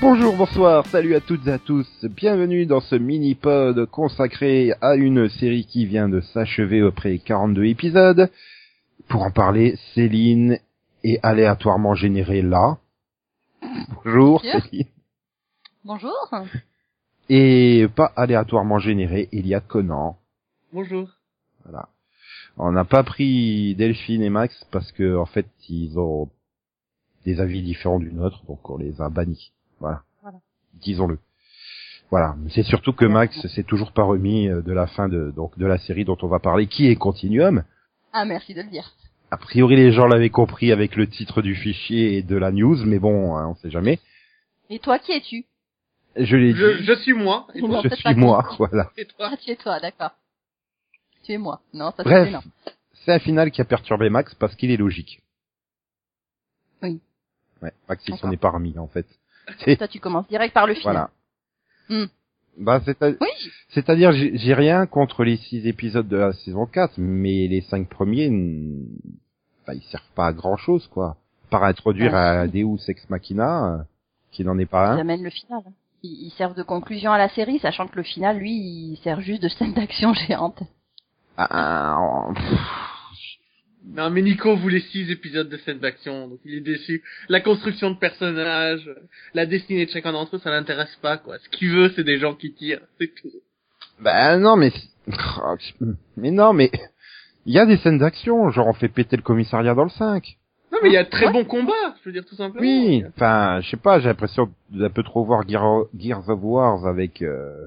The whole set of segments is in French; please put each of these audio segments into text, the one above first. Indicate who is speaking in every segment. Speaker 1: Bonjour, bonsoir, salut à toutes et à tous. Bienvenue dans ce mini-pod consacré à une série qui vient de s'achever après 42 épisodes. Pour en parler, Céline est aléatoirement générée là. Bonjour,
Speaker 2: Bien.
Speaker 1: Céline.
Speaker 2: Bonjour.
Speaker 1: Et pas aléatoirement générée, il y a Conan.
Speaker 3: Bonjour.
Speaker 1: On n'a pas pris Delphine et Max parce que, en fait, ils ont des avis différents du nôtre, donc on les a bannis. Voilà.
Speaker 2: Voilà.
Speaker 1: Disons-le. Voilà. C'est surtout que
Speaker 2: Ouais.
Speaker 1: Max s'est toujours pas remis euh, de la fin de, donc, de la série dont on va parler, qui est Continuum.
Speaker 2: Ah, merci de le dire.
Speaker 1: A priori, les gens l'avaient compris avec le titre du fichier et de la news, mais bon, hein, on sait jamais.
Speaker 2: Et toi, qui es-tu
Speaker 1: Je l'ai
Speaker 3: Je,
Speaker 1: dit.
Speaker 3: je suis moi. Et
Speaker 2: Je-
Speaker 3: toi,
Speaker 2: en
Speaker 1: Je
Speaker 2: fait,
Speaker 1: suis
Speaker 2: pas
Speaker 1: moi,
Speaker 2: compris.
Speaker 1: voilà.
Speaker 3: et toi
Speaker 2: Ah, tu es toi, d'accord. Tu es moi. Non, ça
Speaker 1: Bref.
Speaker 2: c'est non.
Speaker 1: C'est un final qui a perturbé Max parce qu'il est logique.
Speaker 2: Oui.
Speaker 1: Ouais, Max, il s'en
Speaker 2: D'accord. Euh,
Speaker 1: est pas remis, en fait.
Speaker 2: Toi, tu commences direct par le film.
Speaker 1: Voilà.
Speaker 2: Hmm.
Speaker 1: Bah, c'est à-
Speaker 2: Oui.
Speaker 1: c'est-à-dire, j'ai j'ai rien contre les six épisodes de la saison 4, mais les cinq premiers, n- bah, ils servent pas à grand chose, quoi. Par introduire
Speaker 2: Ah,
Speaker 1: à Deus Ex Machina, euh, qui n'en est pas un.
Speaker 2: Ils amènent le final. Ils, ils servent de conclusion à la série, sachant que le final, lui, il sert juste de scène d'action géante.
Speaker 1: Ah, en-
Speaker 3: Non, mais Nico voulait six épisodes de scène d'action, donc il est déçu. La construction de personnages, la destinée de chacun d'entre eux, ça l'intéresse pas, quoi. Ce qu'il veut, c'est des gens qui tirent, c'est tout.
Speaker 1: Ben non, mais oh, mais non, mais il y a des scènes d'action, genre on fait péter le commissariat dans le 5.
Speaker 3: Non, mais il y a de très bons combats, je veux dire, tout simplement.
Speaker 1: Oui, enfin, je sais pas, j'ai l'impression d'un peu trop voir Gear- Gears of Wars avec euh,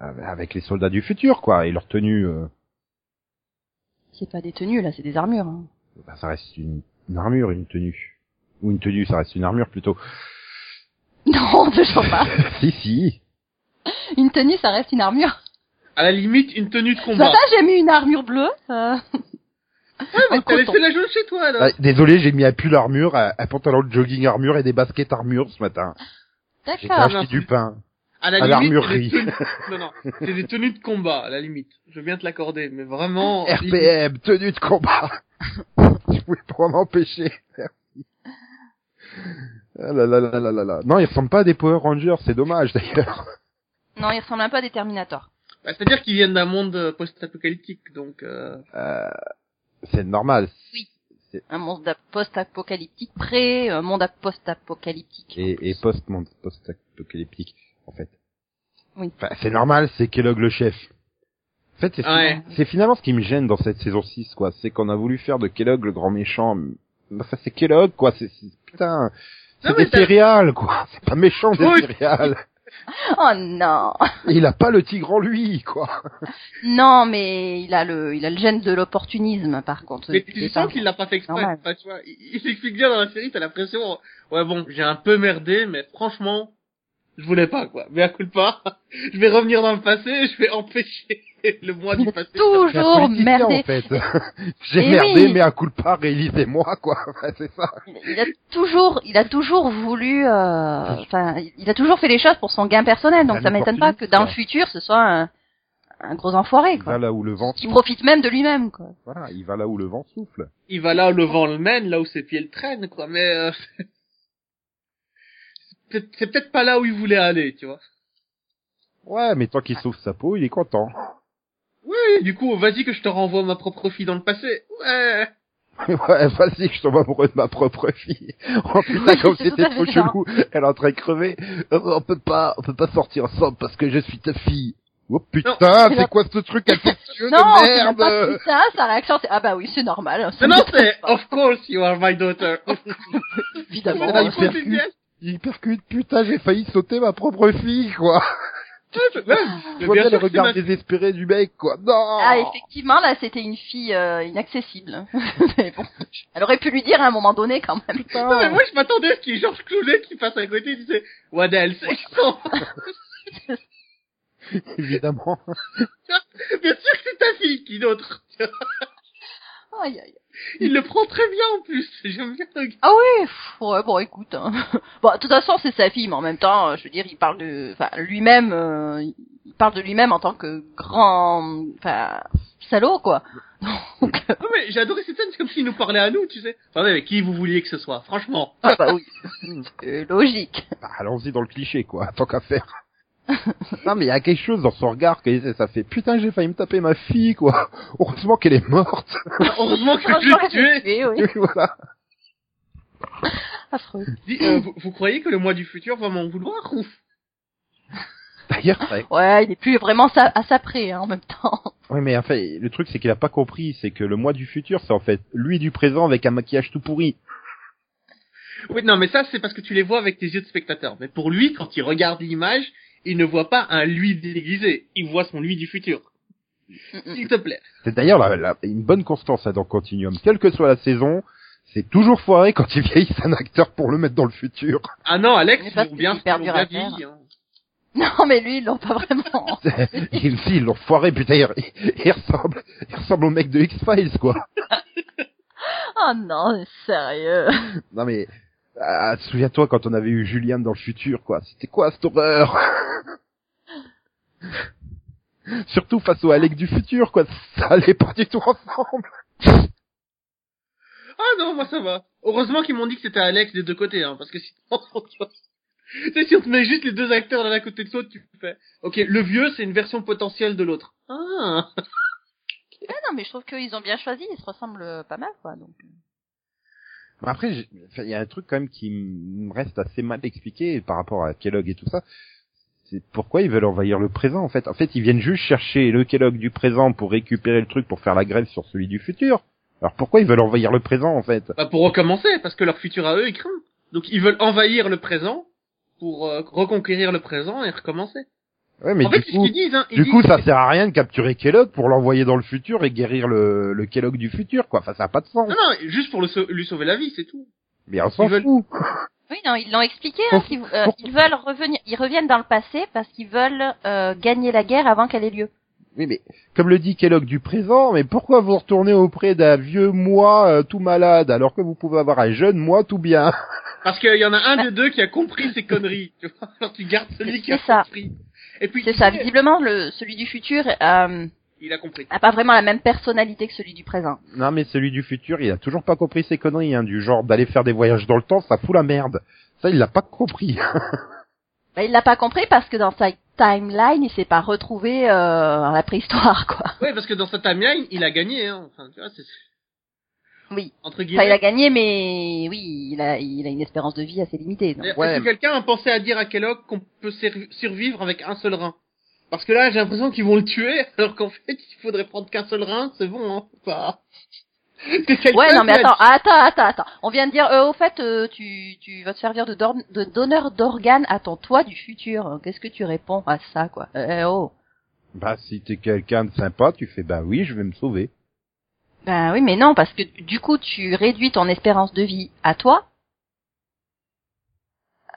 Speaker 1: avec les soldats du futur quoi et leur tenue euh,
Speaker 2: C'est pas des tenues, là, c'est des armures. hein.
Speaker 1: ben, ça reste une, une armure, une tenue ou une tenue, ça reste une armure plutôt.
Speaker 2: Non, toujours pas.
Speaker 1: si si.
Speaker 2: Une tenue, ça reste une armure.
Speaker 3: À la limite, une tenue de
Speaker 2: Ça,
Speaker 3: combat.
Speaker 2: ça, j'ai mis une armure bleue. euh,
Speaker 3: Ouais, Ah, mais
Speaker 2: en
Speaker 3: t'as laissé
Speaker 2: coton.
Speaker 3: la jaune chez toi, alors.
Speaker 1: Ah, désolé, j'ai mis un pull armure, un, un pantalon de jogging armure et des baskets armure ce matin. J'ai
Speaker 2: D'accord.
Speaker 1: acheté du pain.
Speaker 3: À la
Speaker 1: à
Speaker 3: limite, c'est
Speaker 1: l'armurerie.
Speaker 3: des tenues... non, non, c'est des tenues de combat, à la limite. Je viens te l'accorder, mais vraiment.
Speaker 1: RPM, tenue de combat. Je pouvais pas m'empêcher. Ah là là là là là là. Non, ils ressemblent pas à des Power Rangers, c'est dommage d'ailleurs.
Speaker 2: Non, il ressemble un peu à des Terminators.
Speaker 3: Bah, C'est-à-dire qu'ils viennent d'un monde euh, post-apocalyptique, donc. Euh...
Speaker 1: Euh, c'est normal.
Speaker 2: Oui.
Speaker 1: C'est-
Speaker 2: Un monde ap- post-apocalyptique pré, un monde ap- post-apocalyptique.
Speaker 1: Et, et post post apocalyptique en fait.
Speaker 2: Oui.
Speaker 1: Enfin, c'est normal, c'est Kellogg le chef. En fait, c'est
Speaker 3: Ouais.
Speaker 1: c'est finalement ce qui me gêne dans cette saison 6 quoi, c'est qu'on a voulu faire de Kellogg le grand méchant. Bah, ça c'est Kellogg quoi, c'est c'est- putain. C'est
Speaker 3: Non, mais
Speaker 1: des
Speaker 3: t'as-
Speaker 1: céréales quoi, c'est pas méchant des
Speaker 3: Oui.
Speaker 1: céréales.
Speaker 2: Oh non
Speaker 1: Et il a pas le tigre en lui, quoi.
Speaker 2: Non, mais il a le, il a le gène de l'opportunisme, par contre.
Speaker 3: Mais
Speaker 2: depuis
Speaker 3: tu
Speaker 2: le
Speaker 3: sens
Speaker 2: départ.
Speaker 3: qu'il l'a pas fait exprès.
Speaker 2: Normal.
Speaker 3: Enfin, tu vois, il, il s'explique bien dans la série, t'as l'impression, ouais bon, j'ai un peu merdé, mais franchement, je voulais pas, quoi. Mais à coup de pas, je vais revenir dans le passé, je vais empêcher le mois du
Speaker 2: Il a
Speaker 3: passé.
Speaker 1: C'est un
Speaker 2: toujours
Speaker 1: politicien, en
Speaker 2: merdé.
Speaker 1: fait. J'ai
Speaker 2: Eh
Speaker 1: merdé,
Speaker 2: oui.
Speaker 1: mais à coup de pas, réélisez-moi, quoi. Enfin, c'est ça.
Speaker 2: Il a toujours, il a toujours voulu, euh, enfin, il a toujours fait les choses pour son gain personnel. Donc
Speaker 1: Un
Speaker 2: ça m'étonne pas que dans le
Speaker 1: opportuniste,
Speaker 2: futur, ce soit un, un gros enfoiré,
Speaker 1: Il va
Speaker 2: quoi.
Speaker 1: là où le vent,
Speaker 2: Qui profite même de lui-même, quoi.
Speaker 1: voilà, il va là où le vent souffle.
Speaker 3: Il va là où le vent le mène, là où ses pieds le traînent, quoi. Mais euh, c'est peut-être- c'est peut-être pas là où il voulait aller, tu vois.
Speaker 1: Ouais, mais tant qu'il sauve sa peau, il est content.
Speaker 3: Oui, du coup, vas-y que je te renvoie ma propre fille dans le passé. Ouais.
Speaker 1: ouais, vas-y, je tombe amoureux de ma propre fille. Oh putain,
Speaker 2: Oui,
Speaker 1: comme
Speaker 2: c'est tout
Speaker 1: c'était
Speaker 2: à fait
Speaker 1: trop
Speaker 2: ça.
Speaker 1: chelou. Elle est en train de crever. Oh, on peut pas, on peut pas sortir ensemble parce que je suis ta fille. Oh putain,
Speaker 2: Non.
Speaker 1: c'est quoi ce truc affectueux
Speaker 2: Non,
Speaker 1: de
Speaker 2: c'est même pas
Speaker 1: merde
Speaker 2: putain, sa réaction, c'est ah bah oui, c'est normal. ça
Speaker 3: Non, non,
Speaker 2: m'étonne
Speaker 3: c'est
Speaker 2: pas,
Speaker 3: of course you are my daughter. Of
Speaker 2: évidemment.
Speaker 1: Ah,
Speaker 3: course,
Speaker 1: il
Speaker 3: il
Speaker 1: fait-
Speaker 3: continue.
Speaker 1: Il percute, putain, j'ai failli sauter ma propre fille, quoi.
Speaker 3: Ouais, ouais,
Speaker 1: Je
Speaker 3: mais
Speaker 1: vois
Speaker 3: bien
Speaker 1: bien le
Speaker 3: sûr que c'est ma
Speaker 1: regard désespéré du mec, quoi. Non
Speaker 2: Ah, effectivement, là, c'était une fille euh, inaccessible. Mais bon, elle aurait pu lui dire à un moment donné, quand même.
Speaker 3: Non, mais moi, je m'attendais à ce qu'il y ait Georges Clooney qui passe à côté et disait, What else?
Speaker 1: Évidemment.
Speaker 3: Bien sûr que c'est ta fille qui d'autre.
Speaker 2: Aïe, aïe.
Speaker 3: Il le prend très bien, en plus. J'aime bien le gars.
Speaker 2: Ah oui, pff, ouais, bon, écoute. hein. Bon, de toute façon, c'est sa fille, mais en même temps, euh, je veux dire, il parle de, enfin, lui-même, euh, il parle de lui-même en tant que grand, enfin, salaud, quoi. Donc, euh,
Speaker 3: Non, mais j'ai adoré cette scène, c'est comme s'il nous parlait à nous, tu sais. Enfin, mais qui vous vouliez que ce soit, franchement.
Speaker 2: ah bah oui, c'est Euh, logique.
Speaker 1: Bah, allons-y dans le cliché, quoi, tant qu'à faire. non, mais il y a quelque chose dans son regard que ça fait, putain, j'ai failli me taper ma fille, quoi. Heureusement qu'elle est morte.
Speaker 3: Ah, Heureusement que je
Speaker 2: Franchement,
Speaker 3: l'ai
Speaker 2: je l'ai
Speaker 3: tué.
Speaker 2: tué, oui.
Speaker 1: voilà.
Speaker 2: Affreux.
Speaker 3: Dis, euh, vous, vous croyez que le moi du futur va m'en vouloir ou
Speaker 1: D'ailleurs, ouais.
Speaker 2: Ouais, il est plus vraiment sa- à sa près hein, en même temps.
Speaker 1: Ouais, mais enfin, le truc, c'est qu'il a pas compris, c'est que le moi du futur, c'est en fait lui du présent avec un maquillage tout pourri.
Speaker 3: Oui, non, mais ça, c'est parce que tu les vois avec tes yeux de spectateur. Mais pour lui, quand il regarde l'image, il ne voit pas un lui déguisé. Il voit son lui du futur.
Speaker 2: Mm-mm.
Speaker 3: S'il te plaît.
Speaker 1: C'est d'ailleurs la- la- une bonne constance, là, dans Continuum. Quelle que soit la saison, c'est toujours foiré quand ils vieillissent un acteur pour le mettre dans le futur.
Speaker 3: Ah non, Alex,
Speaker 2: Mais
Speaker 3: ils
Speaker 2: parce
Speaker 3: ont bien,
Speaker 2: que c'est hyper
Speaker 3: ils ont
Speaker 2: dur
Speaker 3: bien
Speaker 2: à faire.
Speaker 3: vieilli, hein.
Speaker 2: Non, mais lui, ils l'ont pas vraiment.
Speaker 1: ils, si, ils l'ont foiré, putain, il, il ressemble, il ressemble au mec de X-Files, quoi.
Speaker 2: Oh non, sérieux.
Speaker 1: Non mais ah, souviens-toi quand on avait eu Julian dans le futur quoi. C'était quoi cette horreur Surtout face au Alec du futur quoi. Ça allait pas du tout ensemble.
Speaker 3: Ah non, moi ça va. Heureusement qu'ils m'ont dit que c'était Alex des deux côtés, hein, parce que sinon, Tu sais, si on te met juste les deux acteurs l'un à côté de l'autre, tu fais. Ok, le vieux, c'est une version potentielle de l'autre. Ah.
Speaker 2: Ah non, mais je trouve qu'ils ont bien choisi, ils se ressemblent euh, pas mal, quoi. Donc.
Speaker 1: Mais Après j'ai- enfin, il y a un truc quand même qui me reste assez mal expliqué par rapport à Kellogg et tout ça. C'est pourquoi ils veulent envahir le présent en fait. En fait ils viennent juste chercher le Kellogg du présent pour récupérer le truc pour faire la grève sur celui du futur. Alors pourquoi ils veulent envahir le présent en fait
Speaker 3: Bah, pour recommencer, parce que leur futur à eux est craint. Donc ils veulent envahir le présent pour euh, reconquérir le présent et recommencer.
Speaker 1: Ouais mais
Speaker 3: en
Speaker 1: du
Speaker 3: fait, c'est ce
Speaker 1: coup-
Speaker 3: qu'ils disent. Hein. Ils
Speaker 1: Du
Speaker 3: disent
Speaker 1: coup, ça sert à rien de capturer Kellogg pour l'envoyer dans le futur et guérir le, le Kellogg du futur, quoi. Enfin, ça n'a pas de sens.
Speaker 3: Non, non, juste pour le sau- lui sauver la vie, c'est tout.
Speaker 1: Mais on s'en
Speaker 3: Ils veulent-
Speaker 1: fout.
Speaker 2: Oui, non, ils l'ont expliqué. hein, qu'ils- euh, ils veulent revenir, ils reviennent dans le passé parce qu'ils veulent euh, gagner la guerre avant qu'elle ait lieu.
Speaker 1: Oui, mais comme le dit Kellogg du présent, mais pourquoi vous retournez auprès d'un vieux moi euh, tout malade alors que vous pouvez avoir un jeune moi tout bien
Speaker 3: Parce qu'il y en a un des deux qui a compris ces conneries. Tu vois, alors tu gardes celui qui a
Speaker 2: C'est ça.
Speaker 3: compris. Et puis
Speaker 2: C'est ça. Visiblement, le celui du futur euh,
Speaker 3: il a compris.
Speaker 2: a pas vraiment la même personnalité que celui du présent.
Speaker 1: Non, mais celui du futur, il a toujours pas compris ces conneries, hein, du genre d'aller faire des voyages dans le temps, ça fout la merde. Ça, il l'a pas compris.
Speaker 2: Bah, il l'a pas compris parce que dans sa timeline, il s'est pas retrouvé euh, dans la préhistoire, quoi.
Speaker 3: Ouais, parce que dans sa timeline, il a gagné. Hein. Enfin, tu vois, c'est
Speaker 2: Oui. Enfin,
Speaker 3: entre
Speaker 2: il a
Speaker 3: guillemets.
Speaker 2: gagné, mais oui, il a, il a une espérance de vie assez limitée. donc.
Speaker 3: Est-ce
Speaker 1: Ouais.
Speaker 3: que quelqu'un a pensé à dire à Kellogg qu'on peut surv- survivre avec un seul rein Parce que là, j'ai l'impression qu'ils vont le tuer, alors qu'en fait, il faudrait prendre qu'un seul rein, c'est bon. Hein. Enfin, c'est quelqu'un
Speaker 2: Ouais, non,
Speaker 3: qui
Speaker 2: mais
Speaker 3: a
Speaker 2: attends,
Speaker 3: dit-
Speaker 2: attends, attends, attends. On vient de dire, euh, au fait, euh, tu, tu vas te servir de, dor- de donneur d'organes à ton toi du futur. Qu'est-ce que tu réponds à ça, quoi euh, oh.
Speaker 1: bah, si t'es quelqu'un de sympa, tu fais, bah oui, je vais me sauver.
Speaker 2: Ben oui, mais non, parce que du coup, tu réduis ton espérance de vie à toi,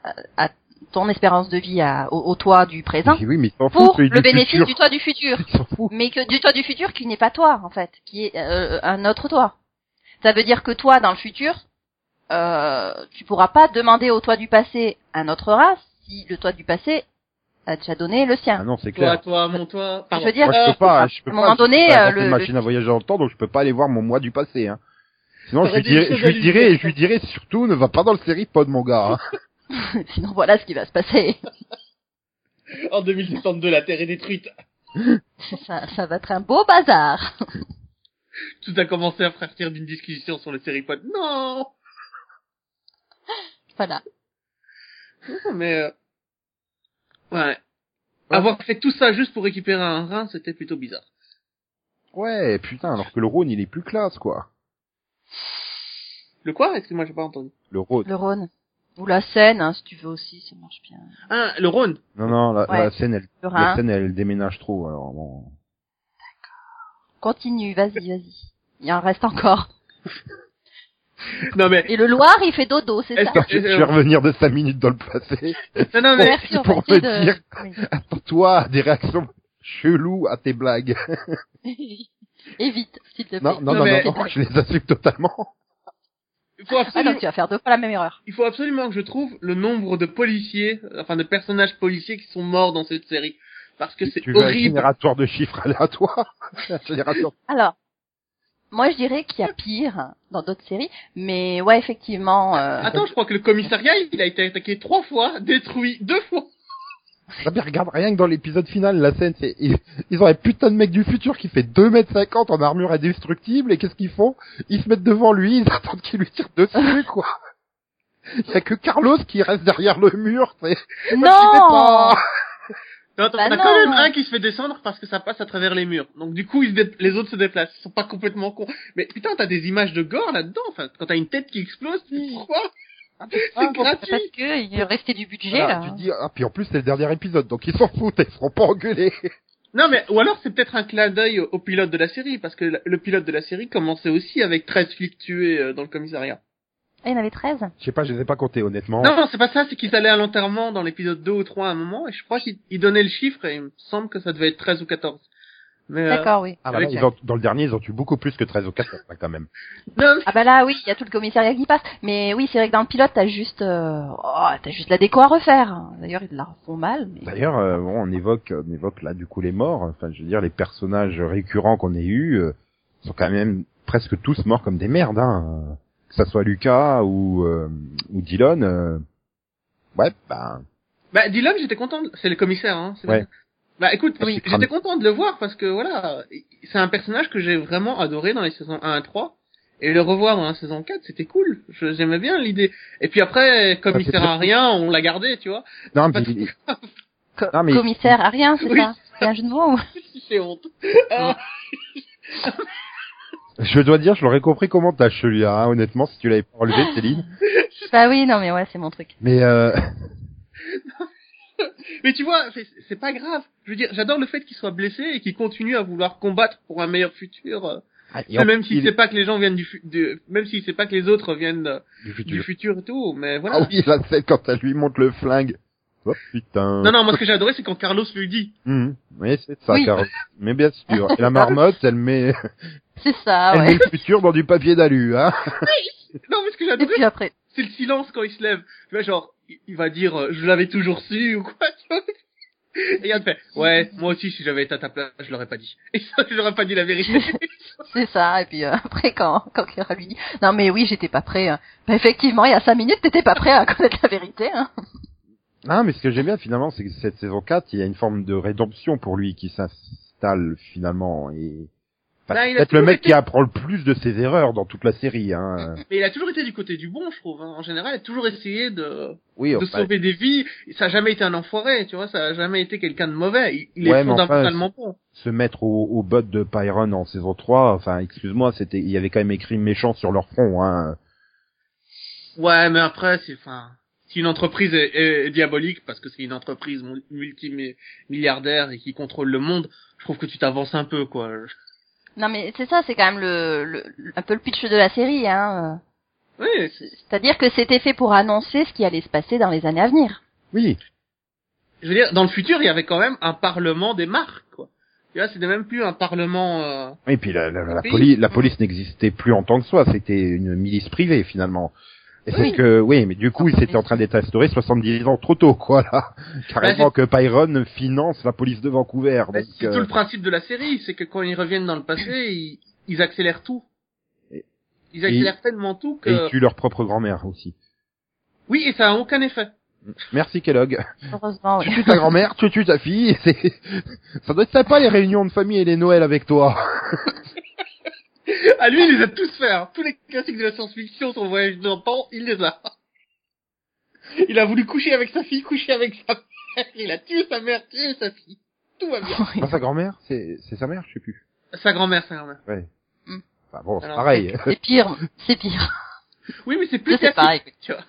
Speaker 2: Euh, à, à ton espérance de vie à, au, au toi du présent,
Speaker 1: Oui, oui, mais ils s'en foutent,
Speaker 2: pour
Speaker 1: celui
Speaker 2: le
Speaker 1: du
Speaker 2: bénéfice
Speaker 1: futur.
Speaker 2: du toi du futur.
Speaker 1: Ils s'en foutent.
Speaker 2: mais que du toi du futur qui n'est pas toi en fait, qui est euh, un autre toi. Ça veut dire que toi dans le futur, euh, tu pourras pas demander au toi du passé un autre race si le toi du passé a déjà donné le
Speaker 1: Ah
Speaker 2: sien.
Speaker 1: non, c'est clair.
Speaker 3: Toi, toi, mon toi.
Speaker 2: Je
Speaker 3: Pardon.
Speaker 2: veux dire,
Speaker 1: Ah
Speaker 2: euh,
Speaker 1: Moi, je peux pas, hein, je peux
Speaker 2: à un
Speaker 1: pas,
Speaker 2: moment
Speaker 1: je peux
Speaker 2: donné,
Speaker 1: pas
Speaker 2: euh,
Speaker 1: inventer
Speaker 2: le-
Speaker 1: une
Speaker 2: le-
Speaker 1: machine à voyager dans le temps, donc je peux pas aller voir mon moi du passé, hein. Sinon, je
Speaker 3: T'aurais
Speaker 1: lui
Speaker 3: dû
Speaker 1: dirais,
Speaker 3: le
Speaker 1: je lui
Speaker 3: scandaliser.
Speaker 1: dirais, je lui dirais, surtout, ne va pas dans le série pod, mon gars, hein.
Speaker 2: Sinon voilà ce qui va se passer.
Speaker 3: Euh, En 2062, la Terre est détruite.
Speaker 2: ça, ça va être un beau bazar.
Speaker 3: Tout a commencé à partir d'une discussion sur les séries potes. Non
Speaker 2: Voilà.
Speaker 3: Mais euh, ouais. avoir fait tout ça juste pour récupérer un rein, c'était plutôt bizarre.
Speaker 1: Ouais, putain, alors que le Rhône, il est plus classe, quoi.
Speaker 3: Le quoi Excuse-moi, j'ai pas entendu.
Speaker 1: Le Rhône.
Speaker 2: Le Rhône ou la Seine, hein, si tu veux aussi, ça marche bien.
Speaker 3: Ah, le Rhône.
Speaker 1: Non, non, la, la
Speaker 2: Ouais. Hein
Speaker 1: scène, elle, la
Speaker 2: Le Rhin.
Speaker 1: scène, elle déménage trop, alors bon.
Speaker 2: Continue, vas-y, vas-y. Il en reste encore.
Speaker 3: Non mais
Speaker 2: Et le Loir, il fait dodo, c'est
Speaker 3: Est-ce
Speaker 2: ça.
Speaker 3: que- euh,
Speaker 1: Je, je vais revenir de 5 minutes dans le passé.
Speaker 3: non, non mais
Speaker 2: Merci, on
Speaker 1: pour
Speaker 2: va essayer
Speaker 1: me
Speaker 2: de-
Speaker 1: dire-
Speaker 2: Oui.
Speaker 1: Attends-toi à des réactions cheloues à tes blagues.
Speaker 2: Et vite, s'il te plaît.
Speaker 1: Non, non,
Speaker 3: Non,
Speaker 1: non, non,
Speaker 3: mais-
Speaker 1: non, je les assume totalement.
Speaker 3: il faut
Speaker 2: Ah
Speaker 3: absolument,
Speaker 2: non, tu vas faire deux fois la même erreur.
Speaker 3: il faut absolument que je trouve le nombre de policiers, euh, enfin de personnages policiers qui sont morts dans cette série, parce que c'est
Speaker 1: Tu veux un
Speaker 3: horrible.
Speaker 1: génératoire de chiffres aléatoires? Un générateur
Speaker 2: Alors,
Speaker 4: Moi, je dirais qu'il y a pire dans d'autres séries, mais ouais, effectivement. euh,
Speaker 3: Attends, je crois que le commissariat, il a été attaqué trois fois, détruit deux fois.
Speaker 1: Ah, mais regarde, rien que dans l'épisode final, la scène, c'est, ils, ils ont un putain de mec du futur qui fait 2m50 en armure indestructible, et qu'est-ce qu'ils font? Ils se mettent devant lui, ils attendent qu'il lui tire dessus, quoi. Il y a que Carlos qui reste derrière le mur, t'sais. J'y vais
Speaker 4: Non.
Speaker 1: pas.
Speaker 3: Non, attends,
Speaker 4: Bah
Speaker 3: on a
Speaker 4: non.
Speaker 3: quand même un qui se fait descendre parce que ça passe à travers les murs. Donc du coup, ils se dé- les autres se déplacent. Ils sont pas complètement cons. Mais putain, t'as des images de gore là-dedans. Enfin, quand t'as une tête qui explose, tu dis, pourquoi C'est gratuit.
Speaker 2: Parce que il restait du budget,
Speaker 1: Voilà,
Speaker 2: là.
Speaker 1: tu dis, ah, puis en plus, c'est le dernier épisode, donc ils s'en foutent, ils seront pas engueulés.
Speaker 3: Non, mais ou alors c'est peut-être un clin d'œil au, au pilote de la série parce que la- le pilote de la série commençait aussi avec 13 flics tués euh, dans le commissariat.
Speaker 4: Ah, il y en avait 13
Speaker 3: Euh,
Speaker 1: Je sais pas, je les ai pas comptés, honnêtement.
Speaker 3: Non, non, c'est pas ça. C'est qu'ils allaient à l'enterrement dans l'épisode 2 ou 3 à un moment et je crois qu'ils ils donnaient le chiffre et il me semble que ça devait être 13 ou 14. Mais, euh,
Speaker 2: D'accord, oui.
Speaker 1: Ah, bah là,
Speaker 3: Ok.
Speaker 1: ils ont- dans le dernier, ils ont tué beaucoup plus que 13 ou 14, là, quand même.
Speaker 3: non, mais-
Speaker 4: Ah bah là, oui, il y a tout le commissariat qui passe. Mais oui, c'est vrai que dans le pilote, t'as juste, euh, oh, t'as juste la déco à refaire. D'ailleurs, ils la refont mal. Mais...
Speaker 1: D'ailleurs, euh, bon, on évoque, on évoque là, du coup, les morts. Enfin, je veux dire, les personnages récurrents qu'on ait eus, euh, sont quand même presque tous morts comme des merdes, hein. Que ça soit Lucas ou, euh, ou Dylan, euh, ouais, ben,
Speaker 3: Bah Dylan, j'étais content. de- C'est le commissaire, hein. c'est
Speaker 1: Ouais. Ah
Speaker 3: bien. Bah écoute,
Speaker 1: Oui.
Speaker 3: j'étais content de le voir parce que voilà, c'est un personnage que j'ai vraiment adoré dans les saisons 1 à 3 et le revoir dans la saison 4, c'était cool. Je- J'aimais bien l'idée. Et puis après, comme
Speaker 1: Ah,
Speaker 3: il
Speaker 1: c'est
Speaker 3: sert
Speaker 1: très
Speaker 3: à rien, on l'a gardé, tu vois.
Speaker 1: non,
Speaker 3: Pas
Speaker 1: mais,
Speaker 3: de-
Speaker 4: Co-
Speaker 1: Non, mais-
Speaker 4: Commissaire à rien, c'est
Speaker 3: Oui.
Speaker 4: ça C'est un jeu de mots ou-
Speaker 3: c'est honte. Euh,
Speaker 1: je dois dire, je l'aurais compris comment t'as celui-là, hein, honnêtement, si tu l'avais pas relevé, Céline.
Speaker 4: Bah oui, non mais ouais, c'est mon truc.
Speaker 1: Mais, euh,
Speaker 3: Mais tu vois, c'est- c'est pas grave. Je veux dire, j'adore le fait qu'il soit blessé et qu'il continue à vouloir combattre pour un meilleur futur, euh,
Speaker 1: et en-
Speaker 3: même s'il
Speaker 1: il-
Speaker 3: sait pas que les gens viennent du, fu- de- même s'il sait pas que les autres viennent euh,
Speaker 1: du
Speaker 3: du
Speaker 1: futur.
Speaker 3: futur et tout. Mais voilà.
Speaker 1: Ah oui, la scène quand elle lui monte le flingue. Oh putain.
Speaker 3: Non non, moi ce que j'ai adoré, c'est quand Carlos lui dit.
Speaker 1: Mhm. Oui, c'est ça,
Speaker 4: Oui.
Speaker 1: Carole. Mais bien sûr. Et la marmotte, elle met,
Speaker 4: C'est
Speaker 3: Ah
Speaker 4: ça,
Speaker 1: elle met
Speaker 4: ouais.
Speaker 1: le futur dans du papier d'alu, hein.
Speaker 3: Non mais ce que j'ai
Speaker 4: Et
Speaker 3: adoré,
Speaker 4: puis après,
Speaker 3: c'est le silence quand il se lève. Tu vois, genre, il, il va dire, euh, je l'avais toujours su ou quoi, tu vois. Et il fait, ouais, moi aussi, si j'avais été à ta place, je l'aurais pas dit. Et ça, je l'aurais pas dit la vérité.
Speaker 4: c'est ça. Et puis euh, après, quand quand Clara lui dit, non mais oui, j'étais pas prêt. hein. Bah effectivement, il y a cinq minutes, t'étais pas prêt à connaître la vérité. Hein.
Speaker 1: Ah, mais ce que j'aime bien finalement, c'est que cette saison 4, il y a une forme de rédemption pour lui qui s'installe finalement. Et enfin,
Speaker 3: Bah,
Speaker 1: c'est
Speaker 3: il a
Speaker 1: peut-être le
Speaker 3: toujours
Speaker 1: mec
Speaker 3: été-
Speaker 1: qui apprend le plus de ses erreurs dans toute la série. Hein.
Speaker 3: Mais il a toujours été du côté du bon, je trouve. hein. En général, il a toujours essayé de,
Speaker 1: Oui,
Speaker 3: de
Speaker 1: enfin,
Speaker 3: sauver des vies. Ça a jamais été un enfoiré, tu vois. Ça a jamais été quelqu'un de mauvais. Il, il
Speaker 1: Ouais,
Speaker 3: est
Speaker 1: mais enfin,
Speaker 3: fondamentalement bon.
Speaker 1: se mettre au, au bot de Pyron en saison 3, enfin, excuse-moi, c'était, il y avait quand même écrit méchant sur leur front. Hein.
Speaker 3: Ouais, mais après, c'est, enfin, si une entreprise est, est diabolique, parce que c'est une entreprise mul- multimilliardaire et qui contrôle le monde, je trouve que tu t'avances un peu, quoi.
Speaker 4: Non mais c'est ça, c'est quand même le, le- le- un peu le pitch de la série. Hein.
Speaker 3: Oui,
Speaker 4: euh. C'est-à-dire que c'était fait pour annoncer ce qui allait se passer dans les années à venir.
Speaker 1: Oui,
Speaker 3: je veux dire, dans le futur, il y avait quand même un parlement des marques, quoi. Tu vois, c'était même plus un parlement. euh,
Speaker 1: Et puis la, la, la,
Speaker 3: Oui. Mm.
Speaker 1: poli- la police n'existait plus en tant que soi, c'était une milice privée finalement. Et c'est
Speaker 4: Oui.
Speaker 1: que oui, mais du coup, il s'était en train d'être instauré 70 ans trop tôt, quoi
Speaker 3: Bah,
Speaker 1: là. Carrément que Pyron finance la police de Vancouver.
Speaker 3: bah,
Speaker 1: Donc,
Speaker 3: C'est
Speaker 1: euh,
Speaker 3: tout le principe de la série, c'est que quand ils reviennent dans le passé, ils, ils accélèrent tout.
Speaker 1: Et-
Speaker 3: Ils accélèrent tellement tout
Speaker 1: Et ils
Speaker 3: que.
Speaker 1: tuent leur propre grand-mère aussi.
Speaker 3: Oui, et ça a aucun effet.
Speaker 1: Merci Kellogg.
Speaker 4: Heureusement, oui.
Speaker 1: Tu tues ta grand-mère, tu tues ta fille. c'est- Ça doit être sympa les réunions de famille et les Noëls avec toi.
Speaker 3: À Ah, lui, il les a tous faits. hein. Tous les classiques de la science-fiction, son voyage dans le temps, il les a. Il a voulu coucher avec sa fille, coucher avec sa mère. Il a tué sa mère, tué sa fille. Tout va bien.
Speaker 1: Pas sa grand-mère, c'est c'est sa mère, je sais plus.
Speaker 3: Sa grand-mère, sa grand-mère.
Speaker 1: Enfin bon, c'est
Speaker 3: Alors,
Speaker 1: pareil.
Speaker 4: C'est pire, c'est pire.
Speaker 3: Oui, mais c'est plus
Speaker 4: C'est
Speaker 3: classique.
Speaker 4: pareil.
Speaker 3: Tu vois.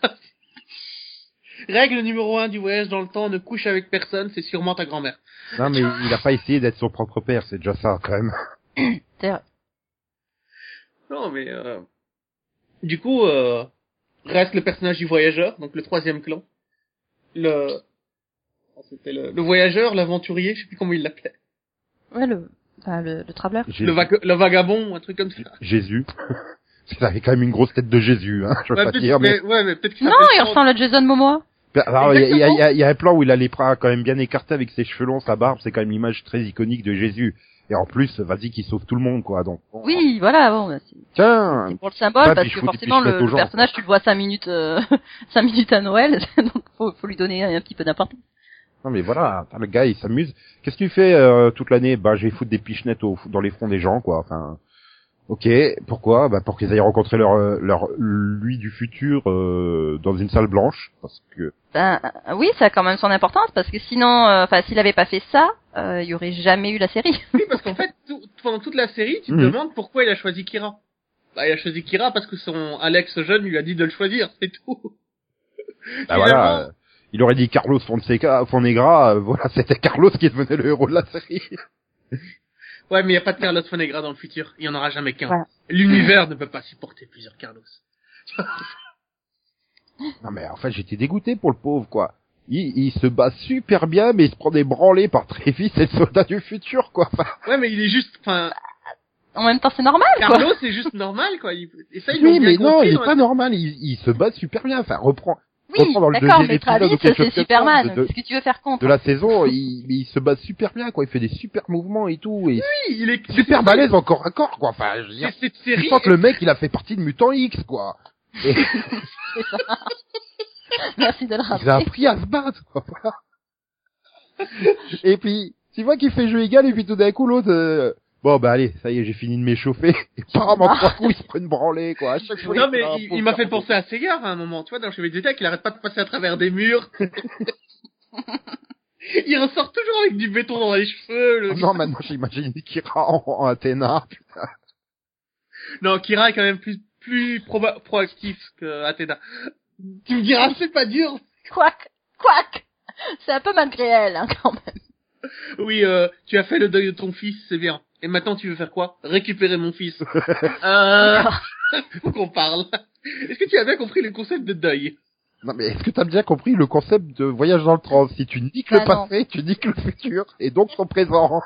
Speaker 3: Règle numéro un du voyage dans le temps, ne couche avec personne, c'est sûrement ta grand-mère.
Speaker 1: Non mais il a pas essayé d'être son propre père, c'est déjà ça quand même.
Speaker 4: D'ailleurs,
Speaker 3: Non, mais euh... Du coup, euh... reste le personnage du voyageur, donc le troisième clan. Le... oh, C'était le... le voyageur, l'aventurier, je sais plus comment il l'appelait.
Speaker 4: Ouais, le, enfin, le, le traveler.
Speaker 3: Le, vaga- le vagabond, un truc comme ça.
Speaker 1: Jésus. Il avait quand même une grosse tête de Jésus, hein, je veux
Speaker 3: Ouais,
Speaker 1: pas
Speaker 3: peut-être-
Speaker 1: dire, mais...
Speaker 3: mais... ouais, mais peut-être qu'il
Speaker 2: Non,
Speaker 3: s'appelle
Speaker 2: il
Speaker 3: Franck.
Speaker 2: ressemble à Jason Momoa.
Speaker 1: Alors, il y a- il y, a- il y a- il y a un plan où il a les bras quand même bien écartés avec ses cheveux longs, sa barbe, c'est quand même l'image très iconique de Jésus. Et en plus, vas-y qu'il sauve tout le monde, quoi. Donc, bon,
Speaker 2: Oui, voilà, bon, bah, c'est
Speaker 1: tiens,
Speaker 2: c'est pour le symbole,
Speaker 1: Pas
Speaker 2: parce
Speaker 1: Ah. puis
Speaker 2: que
Speaker 1: je fous des
Speaker 2: forcément, le,
Speaker 1: pichenettes aux
Speaker 2: le
Speaker 1: gens,
Speaker 2: personnage, tu le vois 5 minutes, euh, 5 minutes à Noël, donc faut, faut lui donner un petit peu d'importance.
Speaker 1: non mais voilà, putain, le gars il s'amuse. Qu'est-ce que tu fais euh, toute l'année Bah, j'ai foutre des pichenettes au- dans les fronts des gens, quoi. Enfin, ok, pourquoi Bah, pour qu'ils aillent rencontrer leur euh, leur lui du futur euh, dans une salle blanche, parce que
Speaker 2: Ben, euh, oui, ça a quand même son importance, parce que sinon, euh, enfin, s'il avait pas fait ça, euh, il y aurait jamais eu la série.
Speaker 3: Oui, parce qu'en fait, tout- pendant toute la série, tu te
Speaker 1: Mhm.
Speaker 3: demandes pourquoi il a choisi Kira. Bah, il a choisi Kira parce que son Alex jeune lui a dit de le choisir, c'est tout.
Speaker 1: bah,
Speaker 3: Finalement,
Speaker 1: voilà. euh, il aurait dit Carlos Fonseca, Fonegra, euh, voilà, c'était Carlos qui devenait le héros de la série.
Speaker 3: Ouais, mais il n'y a pas de Carlos Fonegra dans le futur. Il n'y en aura jamais qu'un.
Speaker 4: Voilà.
Speaker 3: L'univers ne peut pas supporter plusieurs Carlos.
Speaker 1: Non mais en fait j'étais dégoûté pour le pauvre quoi. Il, il se bat super bien mais il se prend des branlées par Travis et le soldat du futur quoi. Enfin,
Speaker 3: Ouais, mais il est juste, enfin,
Speaker 2: En même temps, c'est normal, quoi.
Speaker 3: Carlos c'est juste normal, quoi. Il- Et ça, ils l'ont
Speaker 1: oui
Speaker 3: bien
Speaker 1: mais non
Speaker 3: compris
Speaker 1: il
Speaker 3: hein.
Speaker 1: est
Speaker 3: dans la-
Speaker 1: pas normal, il, il se bat super bien. Enfin reprend
Speaker 2: Oui,
Speaker 1: reprend dans le
Speaker 2: d'accord,
Speaker 1: deuxième
Speaker 2: mais
Speaker 1: épisode
Speaker 2: Travis,
Speaker 1: ou quelque chose
Speaker 2: c'est
Speaker 1: comme ça,
Speaker 2: Superman.
Speaker 1: de-
Speaker 2: Qu'est-ce que tu veux faire contre
Speaker 1: de la saison il, il se bat super bien quoi. Il fait des super mouvements et tout et
Speaker 3: Oui, il est
Speaker 1: super balèze encore à corps quoi. Enfin je veux dire,
Speaker 3: C'est- Cette
Speaker 1: tu
Speaker 3: série,
Speaker 1: sens que le mec il a fait partie de Mutant X quoi.
Speaker 2: Merci de
Speaker 1: Il
Speaker 2: le
Speaker 1: a
Speaker 2: rappeler.
Speaker 1: appris à se battre, quoi, voilà. et puis, tu vois qu'il fait jeu égal, et puis tout d'un coup, l'autre, euh, bon, bah, allez, ça y est, j'ai fini de m'échauffer. Et apparemment, trois coups, il se prend une branlée, quoi. À chaque fois,
Speaker 3: Non
Speaker 1: se
Speaker 3: mais
Speaker 1: prend un
Speaker 3: il,
Speaker 1: pot,
Speaker 3: il m'a
Speaker 1: ça
Speaker 3: fait
Speaker 1: fait-
Speaker 3: penser à Segar à un moment, tu vois, dans Chevalier d'état, qu'il arrête pas de passer à travers des murs. il ressort toujours avec du béton dans les cheveux. le-
Speaker 1: Non, maintenant, j'imagine Kira en, en Athéna.
Speaker 3: Non, Kira est quand même plus plus proba- proactif que Athéna. Tu me diras, c'est pas dur.
Speaker 2: Quack, quack. C'est un peu malgré elle, hein, quand même.
Speaker 3: Oui, euh, tu as fait le deuil de ton fils, c'est bien. Et maintenant, tu veux faire quoi Récupérer mon fils. euh, faut qu'on parle. Est-ce que tu as bien compris le concept de deuil
Speaker 1: Non, mais est-ce que t'as bien compris le concept de voyage dans le temps? Si tu niques le
Speaker 2: Bah, non.
Speaker 1: passé, tu niques le futur, et donc son présent.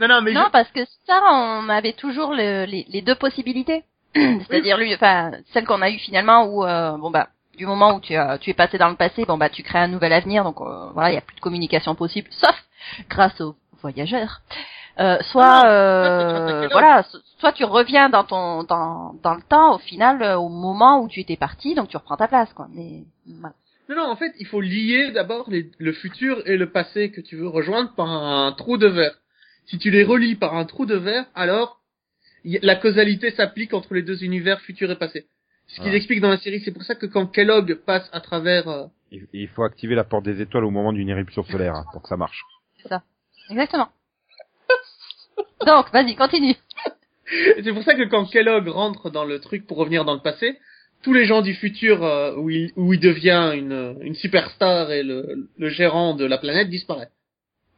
Speaker 3: Non, non, mais
Speaker 4: Non, parce que ça, on avait toujours le- les, les deux possibilités. C'est-à-dire lui, enfin, celle qu'on a eue finalement où, euh, bon bah, du moment où tu, as- tu es passé dans le passé, bon bah, tu crées un nouvel avenir, donc euh, voilà, il y a plus de communication possible, sauf grâce aux voyageurs. Euh, soit,
Speaker 3: ça,
Speaker 4: euh,
Speaker 3: c'est
Speaker 4: voilà, so- soit tu reviens dans ton, dans, dans le temps, au final, euh, au moment où tu étais parti, donc tu reprends ta place, quoi. Mais voilà.
Speaker 3: Non, non, en fait, il faut lier d'abord les- le futur et le passé que tu veux rejoindre par un trou de verre. Si tu les relis par un trou de verre, alors y- la causalité s'applique entre les deux univers futur et passé. Ce qu'ils
Speaker 1: Ouais.
Speaker 3: expliquent dans la série, c'est pour ça que quand Kellogg passe à travers... euh,
Speaker 1: Il, il faut activer la porte des étoiles au moment d'une éruption solaire, hein, pour que ça marche.
Speaker 2: Exactement. Donc, vas-y, continue.
Speaker 3: et C'est pour ça que quand Kellogg rentre dans le truc pour revenir dans le passé, tous les gens du futur euh, où, il, où il devient une, une superstar et le, le gérant de la planète disparaît.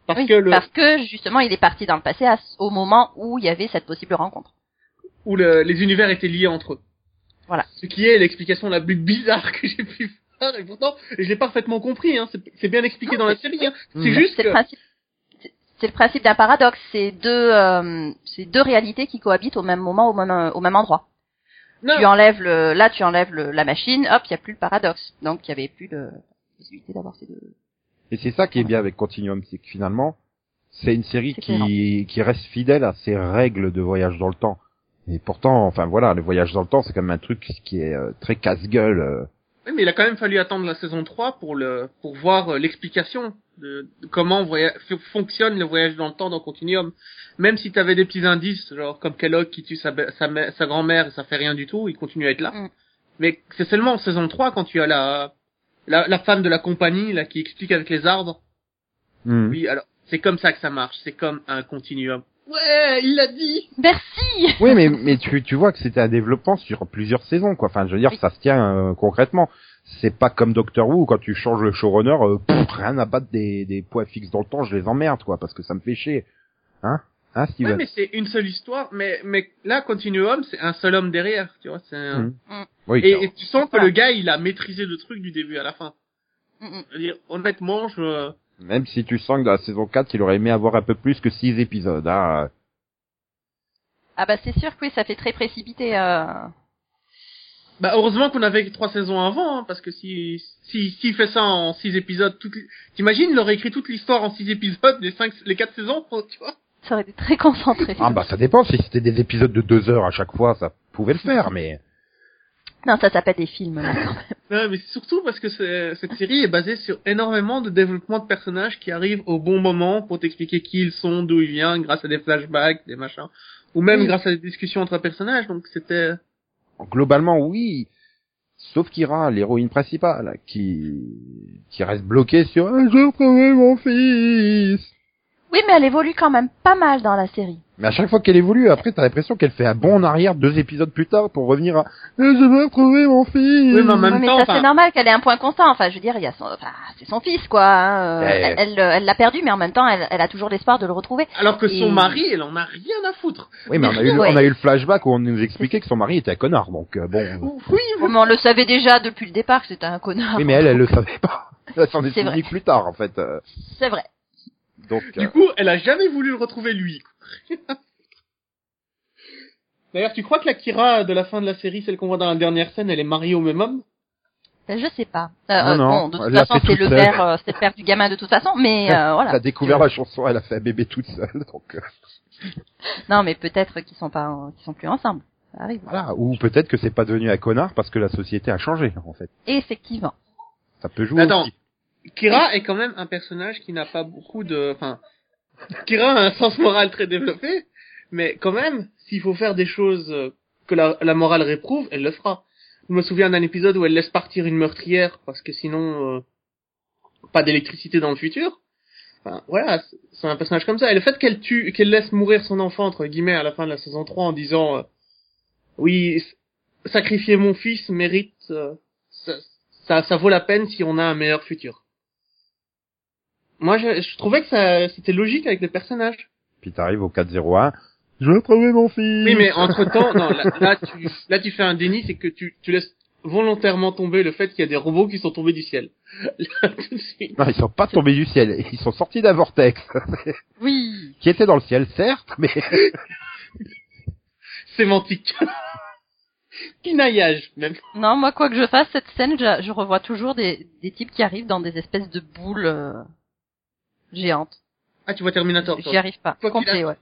Speaker 3: Parce
Speaker 4: Oui,
Speaker 3: que le,
Speaker 4: parce que justement, il est parti dans le passé à- au moment où il y avait cette possible rencontre.
Speaker 3: où le- les univers étaient liés entre eux.
Speaker 4: Voilà.
Speaker 3: Ce qui est l'explication la plus bizarre que j'ai pu faire, et pourtant, je l'ai parfaitement compris, hein. c'est c'est bien expliqué
Speaker 4: Non,
Speaker 3: dans la
Speaker 4: c'est-
Speaker 3: série. Hein.
Speaker 1: Mm.
Speaker 3: C'est juste
Speaker 4: C'est
Speaker 3: que...
Speaker 4: le principe. c'est- C'est le principe d'un paradoxe. C'est deux, euh, c'est deux réalités qui cohabitent au même moment, au même, euh, au même endroit.
Speaker 3: Non,
Speaker 4: Tu
Speaker 2: Ah.
Speaker 4: enlèves le, là, tu enlèves le- la machine, hop, il y a plus le paradoxe. Donc, il y avait plus de possibilité d'avoir ces deux.
Speaker 1: Et c'est ça qui est bien avec Continuum, c'est que finalement, c'est une série
Speaker 4: C'est
Speaker 1: qui, qui reste fidèle à ses règles de voyage dans le temps. Et pourtant, enfin voilà, le voyage dans le temps, c'est quand même un truc qui est euh, très casse-gueule. euh.
Speaker 3: Oui, mais il a quand même fallu attendre la saison 3 pour, le, pour voir euh, l'explication de, de comment voya- f- fonctionne le voyage dans le temps dans Continuum. Même si tu avais des petits indices, genre comme Kellogg qui tue sa, be- sa, mè- sa grand-mère et ça fait rien du tout, il continue à être là.
Speaker 4: Mm.
Speaker 3: Mais c'est seulement en saison 3 quand tu as la, la, la femme de la compagnie là qui explique avec les arbres
Speaker 1: Hmm.
Speaker 3: Oui, alors, c'est comme ça que ça marche, c'est comme un continuum. Ouais, il l'a dit
Speaker 2: Merci.
Speaker 1: Oui, mais mais tu tu vois que c'était un développement sur plusieurs saisons, quoi. Enfin, je veux dire, ça se tient euh, concrètement. C'est pas comme Doctor Who où quand tu changes le showrunner, euh, pff, rien à battre des des points fixes dans le temps, je les emmerde, quoi, parce que ça me fait chier. Hein, hein,
Speaker 3: Ouais,
Speaker 1: Steven.
Speaker 3: mais c'est une seule histoire, mais, mais là, continuum, c'est un seul homme derrière, tu vois, c'est un...
Speaker 1: Hmm.
Speaker 4: Mm.
Speaker 1: Oui.
Speaker 3: Et, et tu sens que
Speaker 4: Voilà.
Speaker 3: le gars, il a maîtrisé le truc du début à la fin.
Speaker 4: Mm, mm.
Speaker 3: C'est-à-dire, honnêtement, je...
Speaker 1: Même si tu sens que dans la saison 4, il aurait aimé avoir un peu plus que 6 épisodes. Hein.
Speaker 4: Ah bah, c'est sûr que oui, ça fait très précipité. euh.
Speaker 3: Bah, heureusement qu'on avait trois saisons avant, hein, parce que si, si, s'il fait ça en six épisodes, toute... l'hi- t'imagines, il aurait écrit toute l'histoire en six épisodes, les cinq, les quatre saisons, tu vois
Speaker 2: Ça aurait été très concentré.
Speaker 1: Ah bah ça dépend, si c'était des épisodes de deux heures à chaque fois, ça pouvait le faire, mais...
Speaker 2: Non, ça s'appelle des films. là, quand même.
Speaker 3: Ouais, mais surtout parce que c'est- cette série est basée sur énormément de développement de personnages qui arrivent au bon moment pour t'expliquer qui ils sont, d'où ils viennent, grâce à des flashbacks, des machins, ou même
Speaker 2: Oui.
Speaker 3: grâce à des discussions entre personnages. Donc c'était
Speaker 1: Globalement, oui. Sauf Kira, l'héroïne principale, qui qui reste bloquée sur Ah, « Un jour, trouver mon fils !»
Speaker 2: Oui, mais elle évolue quand même pas mal dans la série.
Speaker 1: Mais à chaque fois qu'elle évolue, après, t'as l'impression qu'elle fait un bond en arrière deux épisodes plus tard pour revenir à « Je veux retrouver mon fils
Speaker 3: Oui, mais en même
Speaker 2: Ouais, Mm, mais
Speaker 3: temps,
Speaker 2: ça
Speaker 3: enfin-
Speaker 2: c'est normal qu'elle ait un point constant. Enfin, je veux dire, il y a son, enfin, c'est son fils quoi. hein. Euh,
Speaker 1: Ouais.
Speaker 2: Elle, elle, euh, elle l'a perdu, mais en même temps, elle, elle a toujours l'espoir de le retrouver.
Speaker 3: alors que son
Speaker 2: Et-
Speaker 3: mari, elle en a rien à foutre. ».
Speaker 1: Oui, mais on a, eu, le-
Speaker 2: Ouais.
Speaker 1: on a eu le flashback où on nous expliquait que son mari était un connard, donc euh, bon...
Speaker 3: Oui,
Speaker 2: Oh, mais on le savait déjà depuis le départ que c'était un connard.
Speaker 1: Oui, mais elle, elle le savait pas. Elle s'en est
Speaker 2: C'est vrai.
Speaker 1: souvenue plus tard, en fait. euh,
Speaker 2: C'est vrai.
Speaker 1: Donc,
Speaker 3: Du
Speaker 1: euh,
Speaker 3: coup, elle a jamais voulu le retrouver lui. quoi. D'ailleurs, tu crois que la Kira de la fin de la série, celle qu'on voit dans la dernière scène, elle est mariée au même homme
Speaker 2: Ben, Je sais pas.
Speaker 1: Non,
Speaker 2: Euh, euh,
Speaker 1: non,
Speaker 2: bon, de
Speaker 1: elle
Speaker 2: toute
Speaker 1: l'a
Speaker 2: façon,
Speaker 1: fait
Speaker 2: c'est
Speaker 1: toute
Speaker 2: le
Speaker 1: seule.
Speaker 2: père, euh, c'est le père du gamin de toute façon. Mais euh,
Speaker 1: elle a
Speaker 2: voilà.
Speaker 1: découvert la chanson, elle a fait un bébé toute seule, donc... euh,
Speaker 2: Non, mais peut-être qu'ils sont pas, euh, qu'ils sont plus ensemble. Ça arrive.
Speaker 1: Voilà, ou peut-être que c'est pas devenu un connard parce que la société a changé en fait.
Speaker 2: Effectivement.
Speaker 1: Ça peut jouer.
Speaker 3: Attends.
Speaker 1: aussi.
Speaker 3: Kira est quand même un personnage qui n'a pas beaucoup de... Enfin, Kira a un sens moral très développé, mais quand même, s'il faut faire des choses euh, que la, la morale réprouve, elle le fera. Je me souviens d'un épisode où elle laisse partir une meurtrière parce que sinon, euh, pas d'électricité dans le futur. Enfin, voilà, c'est- c'est un personnage comme ça. Et le fait qu'elle tue, qu'elle laisse mourir son enfant, entre guillemets, à la fin de la saison 3 en disant, euh, oui, s- sacrifier mon fils mérite, euh, ça, ça, ça vaut la peine si on a un meilleur futur. Moi, je, je trouvais que ça, c'était logique avec les personnages.
Speaker 1: Puis t'arrives au 401. Je veux trouver mon fils.
Speaker 3: Oui, mais entre temps, non, là, là, tu, là, tu fais un déni, c'est que tu, tu laisses volontairement tomber le fait qu'il y a des robots qui sont tombés du ciel. Là, tout de suite.
Speaker 1: Non, ils sont pas tombés du ciel. Ils sont sortis d'un vortex
Speaker 2: Oui.
Speaker 1: qui était dans le ciel, certes, mais
Speaker 3: Sémantique. Pinaillage, même.
Speaker 2: Non, moi, quoi que je fasse, cette scène, je, je revois toujours des, des types qui arrivent dans des espèces de boules euh, géantes.
Speaker 3: Ah, tu vois Terminator, toi.
Speaker 2: J'y arrive pas.
Speaker 3: Quoi qu'il
Speaker 2: Complet, ouais.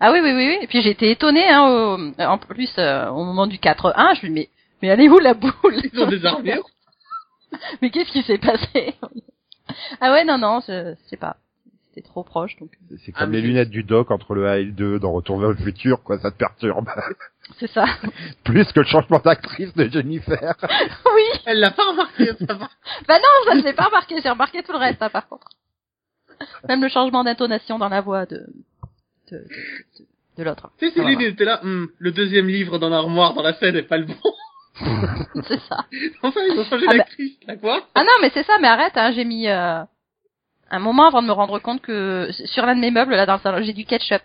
Speaker 2: Ah oui, oui, oui, oui. Et puis j'ai été étonnée, hein, au- en plus, euh, au moment du 4-1, je me dis, mais, mais elle est où la boule
Speaker 3: Ils ont des armures.
Speaker 2: Mais qu'est-ce qui s'est passé Ah ouais, non, non, je, je sais pas. C'était trop proche, donc
Speaker 1: c'est
Speaker 3: Ah,
Speaker 1: comme
Speaker 3: mais
Speaker 1: les
Speaker 3: je-
Speaker 1: lunettes du doc entre le 1 et le 2 dans Retour vers le futur, quoi. Ça te perturbe
Speaker 2: c'est ça.
Speaker 1: plus que le changement d'actrice de Jennifer.
Speaker 2: oui
Speaker 3: Elle l'a pas remarqué, ça va.
Speaker 2: Bah non, ça je l'ai pas remarqué, j'ai remarqué tout le reste, hein, par contre. Même le changement d'intonation dans la voix de... de, de, de- de l'autre.
Speaker 3: Tu sais,
Speaker 2: Ça va,
Speaker 3: Céline, il était là, Hum, le deuxième livre dans l'armoire, dans la scène, est pas le bon.
Speaker 2: C'est ça.
Speaker 3: Enfin, ils ont changé
Speaker 2: Ah bah.
Speaker 3: l'actrice, là, quoi.
Speaker 2: Ah non, mais c'est ça, mais arrête, hein, j'ai mis euh, un moment avant de me rendre compte que sur l'un de mes meubles, là, dans le salon, j'ai du ketchup.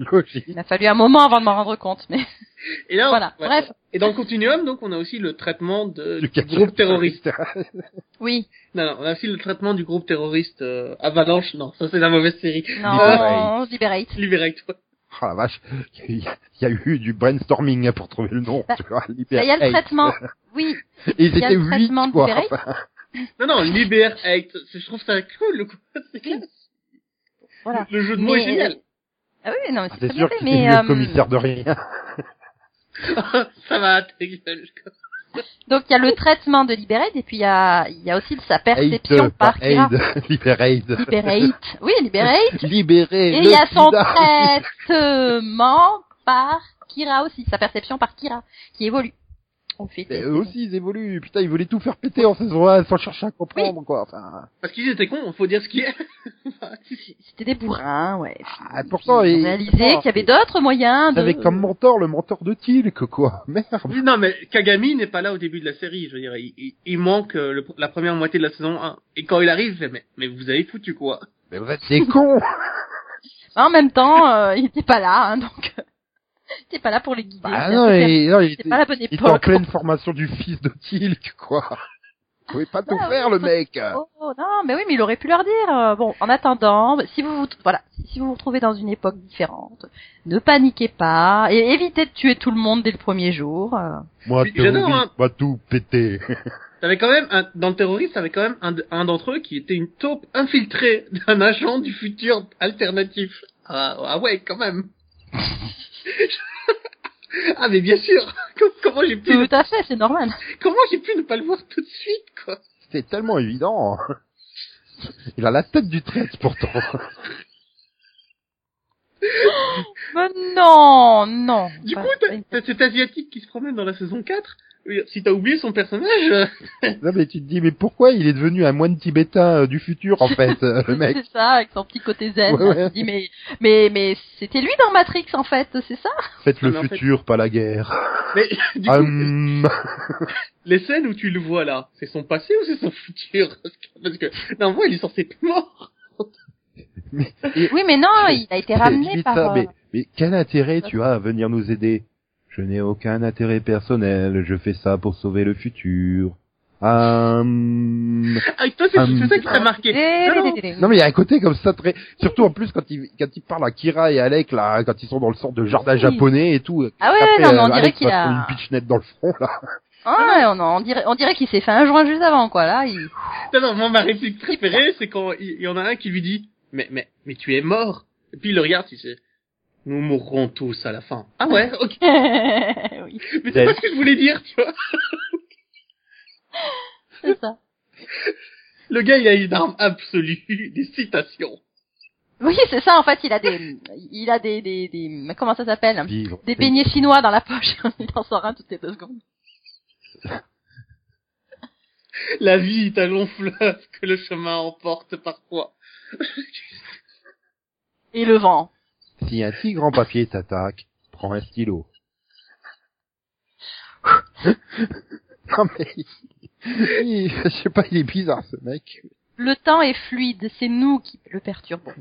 Speaker 1: Logique.
Speaker 2: Il m'a fallu un moment avant de m'en rendre compte, mais
Speaker 3: Et là,
Speaker 2: voilà.
Speaker 3: ouais.
Speaker 2: Bref,
Speaker 3: Et dans le continuum, donc, on a aussi le traitement de,
Speaker 1: Du
Speaker 3: du groupe terroriste.
Speaker 2: oui,
Speaker 3: Non, non, on a aussi le traitement du groupe terroriste euh, Avalanche. Non, ça c'est la mauvaise série.
Speaker 2: non, liberate.
Speaker 3: Liberate. ouais.
Speaker 1: Oh la vache, il y, a- il y a eu du brainstorming pour trouver le nom.
Speaker 2: Bah,
Speaker 1: tu vois,
Speaker 2: Bah, Il y a le
Speaker 1: Liberate.
Speaker 2: traitement, oui,
Speaker 1: Et ils
Speaker 2: il y a
Speaker 1: étaient
Speaker 2: le
Speaker 1: huit,
Speaker 2: traitement de
Speaker 1: quoi.
Speaker 2: Liberate.
Speaker 1: Enfin,
Speaker 3: Non, non, Liberate. C'est- Je trouve ça cool. Quoi. C'est clair.
Speaker 2: Voilà.
Speaker 3: Le jeu de mots
Speaker 2: Mais-
Speaker 3: est génial.
Speaker 2: Ah oui, non, mais c'est
Speaker 1: C'est
Speaker 2: très
Speaker 1: sûr
Speaker 2: bien fait,
Speaker 1: qu'il est
Speaker 2: mais
Speaker 1: mieux
Speaker 2: euh,
Speaker 1: commissaire de rien.
Speaker 3: ça va, ta gueule. quoi.
Speaker 2: donc il y a le traitement de Liberate et puis il y a, il y a aussi sa perception
Speaker 1: Aide,
Speaker 2: par
Speaker 1: pas
Speaker 2: Kira.
Speaker 1: aide, Liberate.
Speaker 2: Liberate, oui, Liberate.
Speaker 1: Libérer
Speaker 2: Et
Speaker 1: le
Speaker 2: il y a son
Speaker 1: sida.
Speaker 2: traitement par Kira aussi, sa perception par Kira, qui évolue. On fait
Speaker 1: Mais
Speaker 2: des-
Speaker 1: eux aussi, ils évoluent. Putain, ils voulaient tout faire péter en saison 1 sans chercher à comprendre, quoi. Enfin,
Speaker 3: Parce qu'ils étaient cons, faut dire ce qu'il y a.
Speaker 2: C'était des bourrins, ouais.
Speaker 1: ah, pourtant,
Speaker 2: Ils
Speaker 1: ils
Speaker 2: ont réalisé qu'il y avait d'autres moyens de...
Speaker 1: Ils avaient comme mentor le mentor de Tilk, quoi. Merde.
Speaker 3: Non, mais Kagami n'est pas là au début de la série. Je veux dire, il, il- il manque euh, le- la première moitié de la saison 1. Et quand il arrive, je fais, mais, mais vous avez foutu quoi
Speaker 1: Mais vous êtes des cons.
Speaker 2: En même temps, euh, il était pas là, hein, donc... il était pas là pour les guider.
Speaker 1: Ah
Speaker 2: C'est
Speaker 1: non,
Speaker 2: un peu
Speaker 1: et, non, il
Speaker 2: C'est
Speaker 1: était,
Speaker 2: pas la bonne
Speaker 1: il était en
Speaker 2: époque.
Speaker 1: pleine formation du fils de Tilk, quoi. Vous pouvez pas tout
Speaker 2: Ah,
Speaker 1: faire, le
Speaker 2: oui,
Speaker 1: mec.
Speaker 2: Oh, oh, non, mais oui, mais il aurait pu leur dire. euh, bon, en attendant, si vous vous, voilà, si vous vous retrouvez dans une époque différente, ne paniquez pas et évitez de tuer tout le monde dès le premier jour. euh.
Speaker 1: Moi,
Speaker 3: Puis,
Speaker 1: terroriste,
Speaker 3: j'adore, hein.
Speaker 1: va tout péter.
Speaker 3: T'avais quand même un, dans le terroriste, t'avais quand même un, d- un d'entre eux qui était une taupe infiltrée d'un agent du futur alternatif. Ah, ah ouais, quand même. ah mais bien sûr. Com- Comment j'ai pu,
Speaker 2: Tout à fait, c'est normal.
Speaker 3: comment j'ai pu ne pas le voir tout de suite quoi.
Speaker 1: C'est tellement évident. Il a la tête du traître pourtant.
Speaker 2: Mais non, non.
Speaker 3: Du
Speaker 2: Bah,
Speaker 3: coup, t'as- t'as cet asiatique qui se promène dans la saison 4. Oui, Si t'as oublié son personnage, euh,
Speaker 1: Non mais tu te dis mais pourquoi il est devenu un moine tibétain euh, du futur en fait euh, le mec
Speaker 2: C'est ça, avec son petit côté zen.
Speaker 1: Ouais, ouais.
Speaker 2: On se dit, mais, mais, mais c'était lui dans Matrix, en fait, c'est ça?
Speaker 1: Faites
Speaker 3: Non,
Speaker 1: le
Speaker 3: mais en fait-
Speaker 1: futur pas la guerre.
Speaker 3: mais du coup,
Speaker 1: Hum.
Speaker 3: les scènes où tu le vois là, c'est son passé ou c'est son futur Parce que, parce que normalement, il est censé être mort.
Speaker 2: Oui, mais non, il a été
Speaker 1: Je
Speaker 2: ramené
Speaker 1: dis
Speaker 2: par...
Speaker 1: ça,
Speaker 2: euh,
Speaker 1: mais, mais quel intérêt tu as à venir nous aider Je n'ai aucun intérêt personnel, je fais ça pour sauver le futur. Hum.
Speaker 3: Ah, toi, c'est
Speaker 1: Hum.
Speaker 3: c'est ça qui t'a marqué.
Speaker 2: dé-
Speaker 3: Non, non.
Speaker 2: dé- dé- dé-
Speaker 1: Non mais il y a un côté comme ça très... Surtout en plus quand il, quand il parle à Kira et Alec là, quand ils sont dans le sort de jardin
Speaker 2: Oui.
Speaker 1: japonais et tout.
Speaker 2: Ah ouais,
Speaker 1: Après,
Speaker 2: non, mais on
Speaker 1: euh,
Speaker 2: dirait
Speaker 1: Alec
Speaker 2: qu'il
Speaker 1: va se
Speaker 2: a-
Speaker 1: prendre une pitchnette dans le front là.
Speaker 2: Ah, ouais, on, on dirait, on dirait qu'il s'est fait un joint juste avant, quoi, là. Il...
Speaker 3: Non, non, moi, ma réplique préférée, c'est quand il il y, en a un qui lui dit, mais, mais, mais tu es mort. Et puis il le regarde, il fait, nous mourrons tous à la fin. Ah ouais, ok.
Speaker 2: oui,
Speaker 3: Mais c'est pas ce que je voulais dire, tu vois.
Speaker 2: c'est ça.
Speaker 3: Le gars, il a une arme absolue, des citations.
Speaker 2: Oui, c'est ça, en fait, il a des, il a des, des, des, mais comment ça s'appelle?
Speaker 1: Vivre.
Speaker 2: Des beignets chinois dans la poche. il en sort un toutes les deux secondes.
Speaker 3: La vie est un long fleuve que le chemin emporte parfois.
Speaker 2: Et le vent.
Speaker 1: Si un tigre en papier t'attaque, prends un stylo. non mais... il- Je sais pas, il est bizarre ce mec.
Speaker 2: Le temps est fluide, c'est nous qui le perturbons.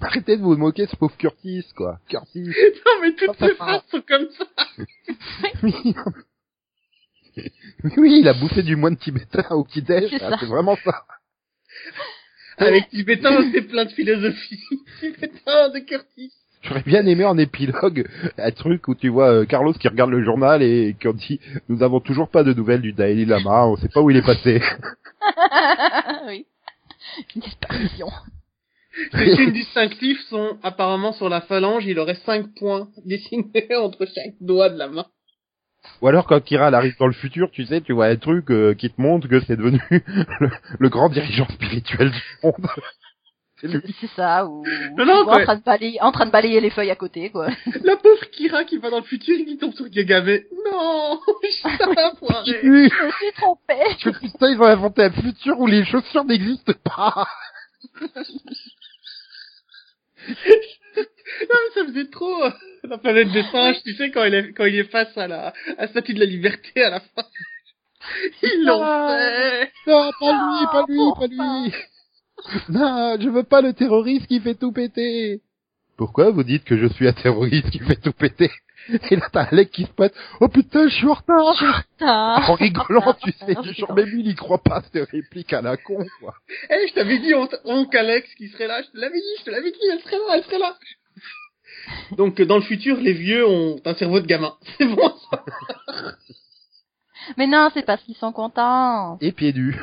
Speaker 1: Arrêtez de vous moquer de ce pauvre Curtis quoi. Curtis.
Speaker 3: Non, mais toutes ces phrases sont comme ça.
Speaker 1: Oui, non, mais- Oui, oui, il a bouffé du moine tibétain au petit-déj,
Speaker 2: C'est
Speaker 1: là,
Speaker 2: ça.
Speaker 1: c'est vraiment ça.
Speaker 3: Avec Tibétain, c'est plein de philosophie. Tibétain de Curtis.
Speaker 1: J'aurais bien aimé en épilogue un truc où tu vois euh, Carlos qui regarde le journal et qui en dit « Nous avons toujours pas de nouvelles du Dalai Lama, on sait pas où il est passé.
Speaker 2: Ah, oui. Une disparition.
Speaker 3: Les signes distinctifs sont apparemment sur la phalange, il aurait cinq points dessinés entre chaque doigt de la main. »
Speaker 1: Ou alors quand Kira elle arrive dans le futur, tu sais, tu vois un truc euh, qui te montre que c'est devenu le, le grand dirigeant spirituel du monde. C'est lui.
Speaker 2: C'est ça, ou,
Speaker 3: Non, non,
Speaker 2: ou en,
Speaker 3: quoi.
Speaker 2: train de balayer, en train de balayer les feuilles à côté, quoi.
Speaker 3: La pauvre Kira qui va dans le futur et qui tombe sur Gagame. Non, je suis un poiré.
Speaker 2: Je me suis trompée.
Speaker 1: Que putain, ils ont inventé un futur où les chaussures n'existent pas.
Speaker 3: Non, mais ça faisait trop euh, la planète des singes, tu sais, quand il est, quand il est face à la à la statue de la liberté à la fin. Ils l'ont fait.
Speaker 1: Non, pas lui, pas lui, pas lui. Non, je veux pas le terroriste qui fait tout péter. Pourquoi vous dites que je suis un terroriste qui fait tout péter Et là, t'as Alec qui se passe. Oh putain, je suis en retard.
Speaker 2: Putain.
Speaker 1: En rigolant, tu sais.
Speaker 2: Ah, je
Speaker 1: Genre, même lui, il y croit pas, cette réplique à la con, quoi.
Speaker 3: Eh, je t'avais dit, on, on qu'Alex qui serait là, je te l'avais dit, je te l'avais dit, elle serait là, elle serait là. Donc, euh, dans le futur, les vieux ont un cerveau de gamin. C'est bon, ça.
Speaker 2: Mais non, c'est parce qu'ils sont contents.
Speaker 1: Et pieds nus.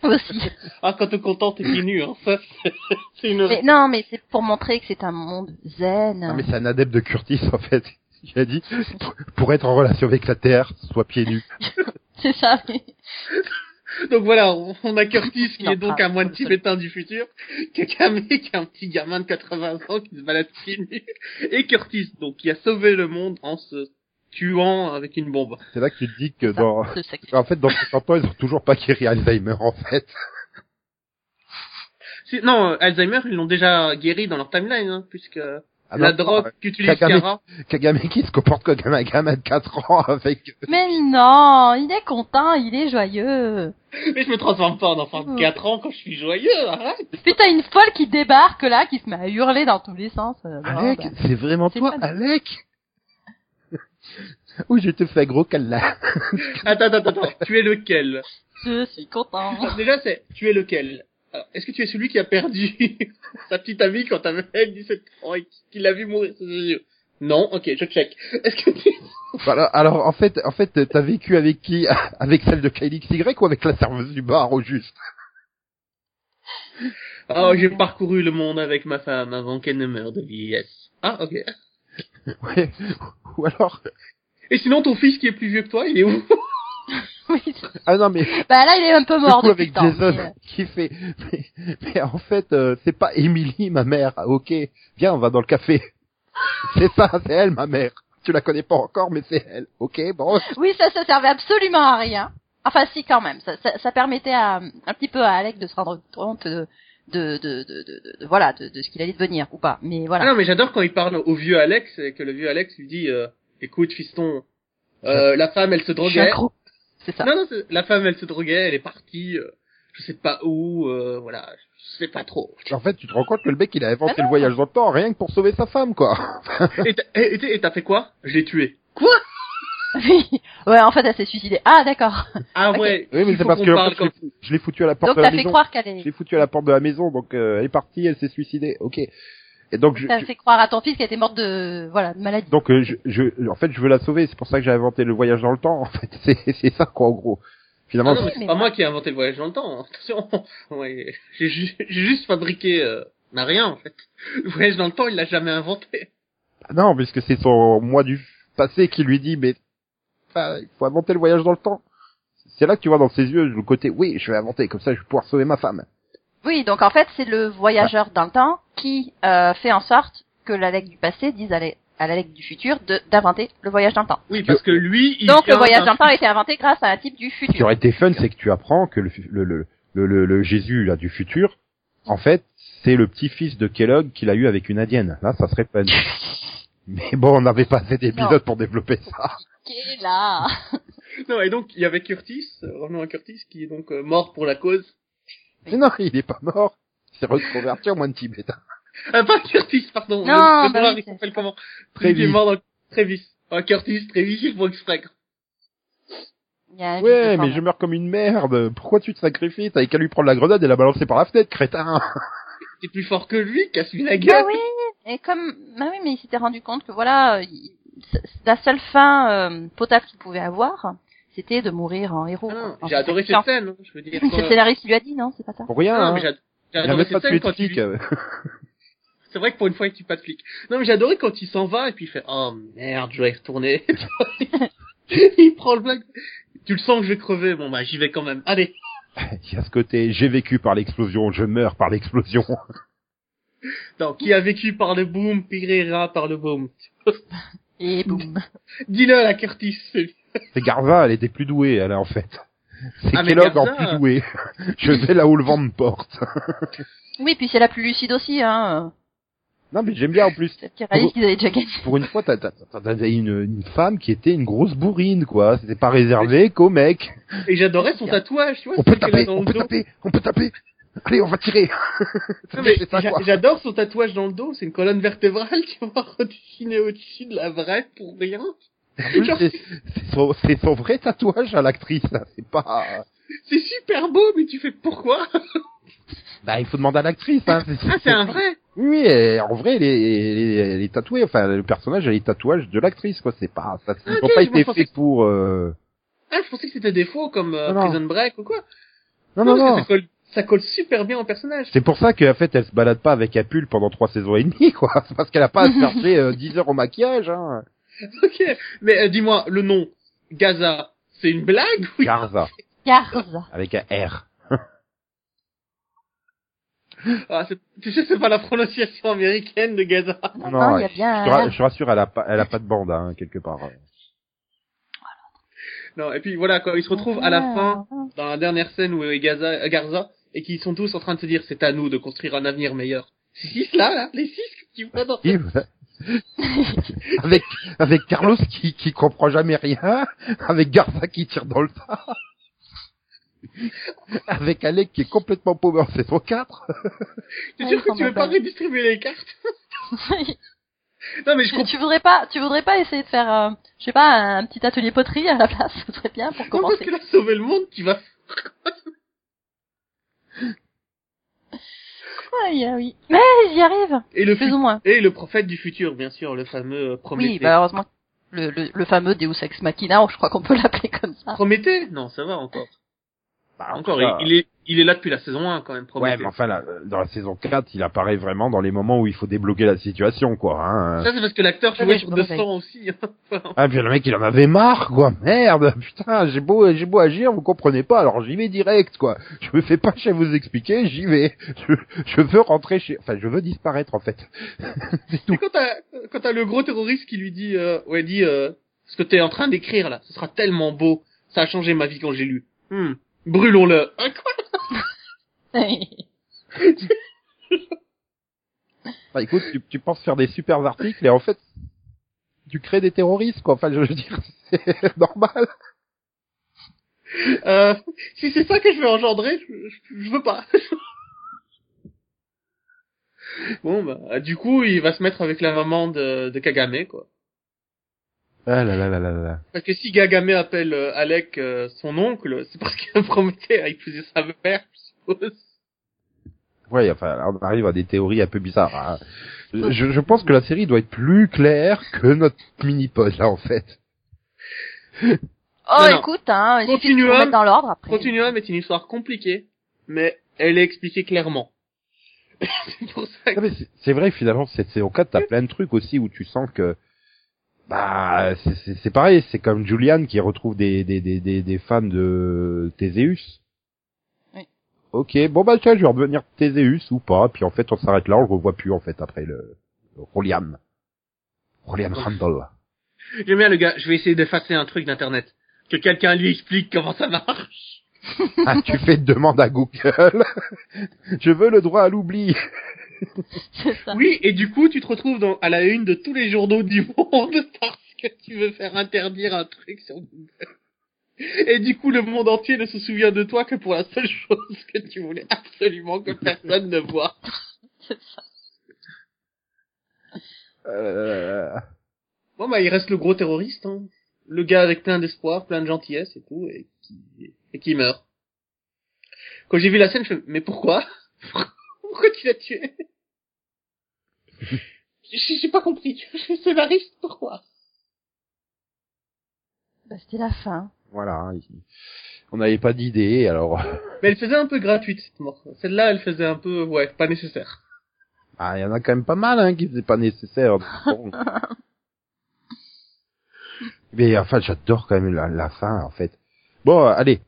Speaker 2: Aussi.
Speaker 3: Ah, quand t'es content, t'es pieds nus, hein. Ça, c'est- c'est une...
Speaker 2: Mais non, mais c'est pour montrer que c'est un monde zen.
Speaker 1: Non, Mm. Ah, mais c'est un adepte de Curtis, en fait. Il a dit, pour- pour être en relation avec la Terre, sois pieds nus.
Speaker 2: C'est ça. mais-
Speaker 3: Donc voilà, on on a Curtis qui
Speaker 2: Non,
Speaker 3: est donc
Speaker 2: pas-
Speaker 3: un moine
Speaker 2: pas le
Speaker 3: tibétain du futur, Kakame qui est un petit gamin de 80 ans qui se balade pieds nus, et Curtis donc qui a sauvé le monde en se tuant avec une bombe.
Speaker 1: C'est là que tu te dis que
Speaker 2: ça,
Speaker 1: dans,
Speaker 2: ce sexe.
Speaker 1: en fait, dans 50 ans, ils ont toujours pas guéri Alzheimer, en fait.
Speaker 3: C'est- Non, euh, Alzheimer ils l'ont déjà guéri dans leur timeline, hein, puisque
Speaker 1: Ah
Speaker 3: la
Speaker 1: non,
Speaker 3: drogue qu'utilise
Speaker 1: Kakame-
Speaker 3: Kara.
Speaker 1: Kagame qui se comporte comme un gamin de 4 ans avec
Speaker 2: Mais non, il est content, il est joyeux.
Speaker 3: Mais je me transforme pas en enfant
Speaker 1: Oh.
Speaker 3: de 4 ans quand je suis joyeux, arrête
Speaker 2: Putain, une folle qui débarque là, qui se met à hurler dans tous les sens. euh, bon,
Speaker 1: Alec,
Speaker 2: bah.
Speaker 1: c'est vraiment
Speaker 2: c'est
Speaker 1: toi,
Speaker 2: pas-
Speaker 1: Alec Oui, je te fais un gros câlin.
Speaker 3: Attends, attends, attends, tu es lequel
Speaker 2: Je suis content.
Speaker 3: Déjà c'est, tu es lequel Alors, Est-ce que tu es celui qui a perdu sa petite amie quand t'avais 17 ans et qui l'a vu mourir sous ses yeux Non, ok, je check. Est-ce que tu...
Speaker 1: Voilà, alors en fait, en fait, t'as vécu avec qui Avec celle de Kylie XY ou avec la serveuse du bar au juste
Speaker 3: Ah, j'ai parcouru le monde avec ma femme avant qu'elle ne meure de vieillesse. Ah, ok.
Speaker 1: Ouais. Ou alors,
Speaker 3: Et sinon, ton fils qui est plus vieux que toi, il est où
Speaker 2: Oui.
Speaker 1: ah non mais
Speaker 2: Bah là, il est un peu
Speaker 1: le
Speaker 2: mort
Speaker 1: coup
Speaker 2: depuis
Speaker 1: avec
Speaker 2: le temps,
Speaker 1: Jason
Speaker 2: mais, euh,
Speaker 1: qui fait, mais, mais en fait euh, c'est pas Emily ma mère, Ah, ok, viens on va dans le café. C'est ça, c'est elle ma mère. Tu la connais pas encore mais c'est elle, ok, bon.
Speaker 2: Oui, ça, ça servait absolument à rien. Enfin, si, quand même. Ça, ça, ça permettait à, un petit peu à Alec de se rendre compte de, de, de, de, de- de- de- voilà, de, de ce qu'il allait devenir ou pas. Mais
Speaker 3: Ah
Speaker 2: voilà.
Speaker 3: non, mais j'adore quand il parle au vieux Alex et que le vieux Alex lui dit euh, écoute fiston, euh, la femme elle se
Speaker 1: Ah,
Speaker 2: Je suis
Speaker 3: droguait.
Speaker 2: accro. C'est ça.
Speaker 3: Non non, c'est- la femme elle se droguait, elle est partie, euh, je sais pas où, euh, voilà, je sais pas trop.
Speaker 1: En fait tu te rends compte que le mec il a inventé
Speaker 2: Ah non.
Speaker 1: le voyage dans le temps rien que pour sauver sa femme quoi.
Speaker 3: et t'as- et- et t'as- et t'as fait quoi Je l'ai tué.
Speaker 2: Oui. ouais, en fait, elle s'est suicidée. Ah, d'accord.
Speaker 3: Ah
Speaker 2: Ok.
Speaker 3: ouais.
Speaker 1: Oui, mais
Speaker 3: il
Speaker 1: c'est
Speaker 3: faut
Speaker 1: parce
Speaker 3: qu'on
Speaker 1: que, en
Speaker 3: parle
Speaker 1: fait,
Speaker 3: comme-
Speaker 1: Je l'ai foutu à la porte
Speaker 2: Donc,
Speaker 1: de la
Speaker 2: t'as fait
Speaker 1: maison.
Speaker 2: croire qu'elle
Speaker 1: Je
Speaker 2: est,
Speaker 1: l'ai foutu à la porte de la maison donc euh, elle est partie, elle s'est suicidée, ok. Et donc je,
Speaker 2: t'as fait croire à ton fils qu'elle était morte de, voilà, de maladie.
Speaker 1: Donc euh, je, je, en fait, je veux la sauver. C'est pour ça que j'ai inventé le voyage dans le temps. En fait, c'est c'est ça quoi en gros.
Speaker 3: Ah
Speaker 1: Finalement,
Speaker 3: non, mais
Speaker 2: Mais
Speaker 3: c'est pas
Speaker 2: ouais.
Speaker 3: moi qui ai inventé le voyage dans le temps. hein. Attention, Ouais, j'ai ju- j'ai juste fabriqué, euh, n'a rien en fait. Le voyage dans le temps, il l'a jamais inventé.
Speaker 1: c'est- non, puisque c'est son moi du passé qui lui dit, mais enfin, il faut inventer le voyage dans le temps. C'est là que tu vois dans ses yeux le côté, oui, je vais inventer. Comme ça, je vais pouvoir sauver ma femme.
Speaker 4: Oui, donc en fait, c'est le voyageur dans le temps qui euh, fait en sorte que l'Alec du passé dise à l'Alec- à l'Alec du futur de- d'inventer le voyage dans le temps.
Speaker 3: Oui, parce que lui, il
Speaker 4: Donc le
Speaker 3: vient
Speaker 4: voyage
Speaker 3: d'un-
Speaker 4: dans le temps a été inventé grâce à un type du
Speaker 1: Ce qui
Speaker 4: futur.
Speaker 1: aurait été fun, c'est que tu apprends que le fu- le le le, le- le Jésus là du futur, en fait, c'est le petit-fils de Kellogg qu'il a eu avec une indienne. Là, ça serait fun. Mais bon, on n'avait pas fait d'épisode pour développer ça.
Speaker 2: Ok, là.
Speaker 3: Non, et donc il y avait Curtis, euh, revenons à Curtis, qui est donc euh, mort pour la cause.
Speaker 1: Mais non, il est pas mort. Il s'est reconverti en moine tibétain.
Speaker 3: Ah, pas Curtis, pardon.
Speaker 4: Non,
Speaker 3: Le- le
Speaker 4: bah
Speaker 3: noir,
Speaker 4: oui,
Speaker 3: il s'appelle comment
Speaker 1: Travis.
Speaker 3: Il est mort dans Travis. Ah, Curtis, Travis, il faut exprès.
Speaker 4: Il y a un vide
Speaker 1: Ouais,
Speaker 4: de
Speaker 1: mais
Speaker 4: sang.
Speaker 1: je meurs comme une merde. Pourquoi tu te sacrifies T'avais qu'à lui prendre la grenade et la balancer par la fenêtre, crétin.
Speaker 3: T'es plus fort que lui, casse lui la
Speaker 4: Bah
Speaker 3: gueule.
Speaker 4: oui, et comme bah oui, mais il s'était rendu compte que voilà, euh, il- c'est- c'est la seule fin euh, potable qu'il pouvait avoir, c'était de mourir en héros.
Speaker 3: Ah
Speaker 4: quoi,
Speaker 3: non,
Speaker 4: en
Speaker 3: J'ai adoré
Speaker 4: sacrifiant.
Speaker 3: cette scène, hein, je veux dire.
Speaker 4: C'est le scénariste qui lui a dit non, c'est pas ça.
Speaker 1: Pour rien,
Speaker 3: Non,
Speaker 1: hein.
Speaker 3: mais j'ai- j'ai
Speaker 1: Il a
Speaker 3: adoré
Speaker 1: même
Speaker 3: cette
Speaker 1: pas
Speaker 3: scène
Speaker 1: tué
Speaker 3: quand
Speaker 1: de
Speaker 3: il
Speaker 1: flic. euh.
Speaker 3: C'est vrai que pour une fois, il tue pas de flic. Non, mais j'ai adoré quand il s'en va et puis il fait Oh merde, je dois y retourner. il prend le blague. Tu le sens que je vais crever. Bon, bah, j'y vais quand même. Allez.
Speaker 1: Il y a ce côté, j'ai vécu par l'explosion, je meurs par l'explosion.
Speaker 3: Non, qui a vécu par le boom, périra par le boom.
Speaker 2: Et boum.
Speaker 3: Dis-le à Curtis.
Speaker 1: C'est Garza, elle était plus douée, elle, en fait. C'est
Speaker 3: Ah, mais
Speaker 1: Kellogg en plus
Speaker 3: Garza,
Speaker 1: doué. Je vais là où le vent me porte.
Speaker 4: Oui, puis c'est la plus lucide aussi, hein.
Speaker 1: Non, mais j'aime bien, en plus.
Speaker 4: Celle qui réalise qu'ils avaient déjà gagné.
Speaker 1: Pour une fois, t'as- t'as- t'as- t'avais une, une femme qui était une grosse bourrine, quoi. C'était pas réservé qu'aux mecs.
Speaker 3: Et j'adorais son tatouage, tu vois.
Speaker 1: On peut
Speaker 3: celui qu'elle a
Speaker 1: taper,
Speaker 3: dans
Speaker 1: on
Speaker 3: le
Speaker 1: peut
Speaker 3: dos.
Speaker 1: taper, on peut taper. Allez, on va tirer.
Speaker 3: Non, mais
Speaker 1: C'est ça,
Speaker 3: j'a-
Speaker 1: quoi.
Speaker 3: J'adore son tatouage dans le dos, c'est une colonne vertébrale qui va redessiner au-dessus de la vraie pour rien.
Speaker 1: En plus, c'est- c'est son, c'est son vrai tatouage à l'actrice, là. C'est pas...
Speaker 3: C'est super beau, mais tu fais pourquoi
Speaker 1: Bah, il faut demander à l'actrice. Hein.
Speaker 3: Ah, c'est un vrai
Speaker 1: Oui, oui, et en vrai, elle est, elle est- elle est tatouée. Enfin, le personnage a les tatouages de l'actrice, quoi. C'est pas, ça, ils
Speaker 3: Ah, ok,
Speaker 1: ont pas
Speaker 3: je
Speaker 1: été
Speaker 3: pensais
Speaker 1: faits pour. euh,
Speaker 3: Ah, je pensais que c'était des faux comme euh,
Speaker 1: Non, non.
Speaker 3: Prison Break ou quoi.
Speaker 1: Non, non,
Speaker 3: parce que
Speaker 1: non.
Speaker 3: Ça colle, ça colle super bien au personnage.
Speaker 1: C'est pour ça qu'en fait, elle se balade pas avec un pull pendant trois saisons et demie, quoi. C'est parce qu'elle a pas à se chercher euh, 10 heures au maquillage. Hein.
Speaker 3: Ok, mais euh, dis-moi, le nom, Gaza, c'est une blague ou...
Speaker 1: Garza,
Speaker 2: Garza.
Speaker 1: avec un R.
Speaker 3: Ah, c'est- Tu sais, c'est pas la prononciation américaine de Gaza.
Speaker 1: Non,
Speaker 4: non, il y a
Speaker 1: je-
Speaker 4: bien
Speaker 2: Euh,
Speaker 1: je,
Speaker 4: un
Speaker 1: te ra-
Speaker 4: R.
Speaker 1: je te rassure, elle a pas, elle a pas de bande, hein, quelque part.
Speaker 3: Non, et puis voilà, quand ils se retrouvent à la
Speaker 1: Ah.
Speaker 3: fin, dans la dernière scène où est Gaza, euh, Garza, et qu'ils sont tous en train de se dire, c'est à nous de construire un avenir meilleur. C'est six là, là, les six que tu vois dans...
Speaker 1: Oui, voilà. avec avec Carlos qui qui comprend jamais rien, avec Garza qui tire dans le tas, avec Alec qui est complètement pauvre saison 4.
Speaker 3: T'es
Speaker 2: Ah, ils
Speaker 3: sûr que
Speaker 2: sont
Speaker 3: tu veux pas
Speaker 2: pas mal.
Speaker 3: redistribuer les cartes Non, mais je
Speaker 2: Tu,
Speaker 3: comprends.
Speaker 2: tu voudrais pas, tu voudrais pas essayer de faire, euh, je sais pas, un petit atelier poterie à la place, ce serait bien pour
Speaker 3: Non, parce
Speaker 2: commencer.
Speaker 3: que là, sauver le monde, tu vas...
Speaker 2: Ouais, oui. Mais j'y arrive,
Speaker 3: Et le,
Speaker 2: plus
Speaker 3: fut-
Speaker 2: ou moins.
Speaker 3: et le prophète du futur, bien sûr, le fameux euh, Prométhée.
Speaker 2: Oui, bah heureusement, Ah. le, le, le fameux Deus Ex Machina, je crois qu'on peut l'appeler comme ça.
Speaker 3: Prométhée Non, ça va encore.
Speaker 1: Bah, en
Speaker 3: Encore,
Speaker 1: tout cas,
Speaker 3: il, il est, il est là depuis la saison 1 quand même,
Speaker 1: Ouais,
Speaker 3: Prométhée.
Speaker 1: mais enfin, là, euh, dans la saison 4, il apparaît vraiment dans les moments où il faut débloquer la situation, quoi. Hein.
Speaker 3: Ça, c'est parce que l'acteur
Speaker 2: Ça,
Speaker 3: jouait
Speaker 2: mais
Speaker 3: sur
Speaker 2: je me réveille.
Speaker 3: 200 aussi. hein. Enfin,
Speaker 1: Ah, puis le mec, il en avait marre, quoi. Merde, putain, j'ai beau, j'ai beau agir, vous comprenez pas, alors j'y vais direct, quoi. Je me fais pas chez vous expliquer, j'y vais. Je, je veux rentrer chez, enfin, je veux disparaître, en fait.
Speaker 3: Et quand t'as, quand t'as le gros terroriste qui lui dit, euh, ouais, dit, euh, ce que t'es en train d'écrire là, ce sera tellement beau, ça a changé ma vie quand j'ai lu. Hmm. Brûlons-le. Ah, quoi
Speaker 2: Oh,
Speaker 1: Enfin, écoute, tu, tu penses faire des super articles et en fait, tu crées des terroristes, quoi. Enfin, je veux dire, c'est normal.
Speaker 3: Euh, si c'est ça que je vais engendrer, je, je- je veux pas. bon, bah, du coup, il va se mettre avec la maman de, de Kagame, quoi.
Speaker 1: Ah là là là là là.
Speaker 3: Parce que si Kagame appelle euh, Alec euh, son oncle, c'est parce qu'il a prometté à épouser sa mère, je suppose.
Speaker 1: Ouais, enfin, là, on arrive à des théories un peu bizarres. hein. Je, je pense que la série doit être plus claire que notre mini-pod, là, en fait.
Speaker 4: Oh,
Speaker 3: Non, non.
Speaker 4: écoute, hein, il suffit de
Speaker 3: Continuum.
Speaker 4: tout mettre dans l'ordre après.
Speaker 3: Continuum est une histoire compliquée, mais elle est expliquée clairement. c'est pour ça que...
Speaker 1: Non, mais c'est- c'est vrai, que finalement, cette saison 4, t'as plein de trucs aussi où tu sens que, bah, c'est- c'est c'est pareil, c'est comme Julian qui retrouve des, des, des, des, des fans de Théséus.
Speaker 4: Oui.
Speaker 1: Ok, bon bah tiens, je vais revenir Théséus ou pas, puis en fait, on s'arrête là, on le revoit plus, en fait, après le, le Roliam. Roliam Handel.
Speaker 3: J'aime bien le gars, je vais essayer d'effacer un truc d'internet. Que quelqu'un lui explique comment ça marche.
Speaker 1: Ah, tu fais demande à Google. je veux le droit à l'oubli.
Speaker 4: C'est ça.
Speaker 3: Oui, et du coup, tu te retrouves dans, à la une de tous les journaux du monde parce que tu veux faire interdire un truc sur Google. Et du coup, le monde entier ne se souvient de toi que pour la seule chose que tu voulais absolument que personne ne voit.
Speaker 4: C'est ça.
Speaker 1: Euh...
Speaker 3: Bon, bah, il reste le gros terroriste, hein. Le gars avec plein d'espoir, plein de gentillesse et tout, et qui, et qui meurt. Quand j'ai vu la scène, je me mais pourquoi? Pourquoi tu l'as tué? J'ai j'ai pas compris. Je suis scénariste, pourquoi?
Speaker 4: Bah, c'était la fin.
Speaker 1: Voilà, hein, il- on n'avait pas d'idée, alors
Speaker 3: Mais elle faisait un peu gratuite cette mort. Celle-là, elle faisait un peu, ouais, pas nécessaire.
Speaker 1: ah, il y en a quand même pas mal hein, qui faisaient pas nécessaire. Bon. Mais enfin, j'adore quand même la, la fin, en fait. Bon, euh, allez,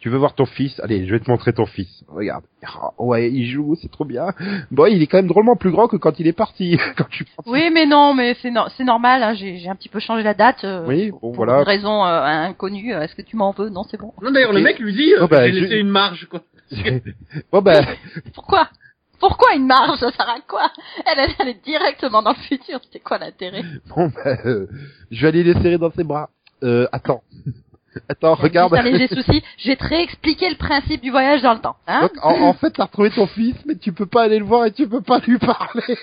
Speaker 1: tu veux voir ton fils Allez, je vais te montrer ton fils. Regarde, Ah, ouais, il joue, c'est trop bien. Bon, il est quand même drôlement plus grand que quand il est parti. quand tu penses-
Speaker 2: Oui, mais non, mais c'est no- c'est normal. Hein, J'ai j'ai un petit peu changé la date. euh,
Speaker 1: Oui, bon,
Speaker 2: pour
Speaker 1: voilà.
Speaker 2: une raison euh, inconnue. Est-ce que tu m'en veux Non, c'est bon.
Speaker 3: Non, d'ailleurs, le
Speaker 1: Ok.
Speaker 3: mec lui dit, euh,
Speaker 1: Oh, bah,
Speaker 3: j'ai
Speaker 1: je-
Speaker 3: laissé une marge, quoi.
Speaker 1: bon ben,
Speaker 2: Pourquoi Pourquoi une marge Ça sert à quoi elle, elle elle est directement dans le futur. C'était quoi l'intérêt
Speaker 1: bon ben, euh, je vais aller le serrer dans ses bras. Euh, attends, attends, regarde.
Speaker 2: Ça des soucis. J'ai très expliqué le principe du voyage dans le temps. Hein
Speaker 1: Donc, en, en fait, t'as retrouvé ton fils, mais tu peux pas aller le voir et tu peux pas lui parler.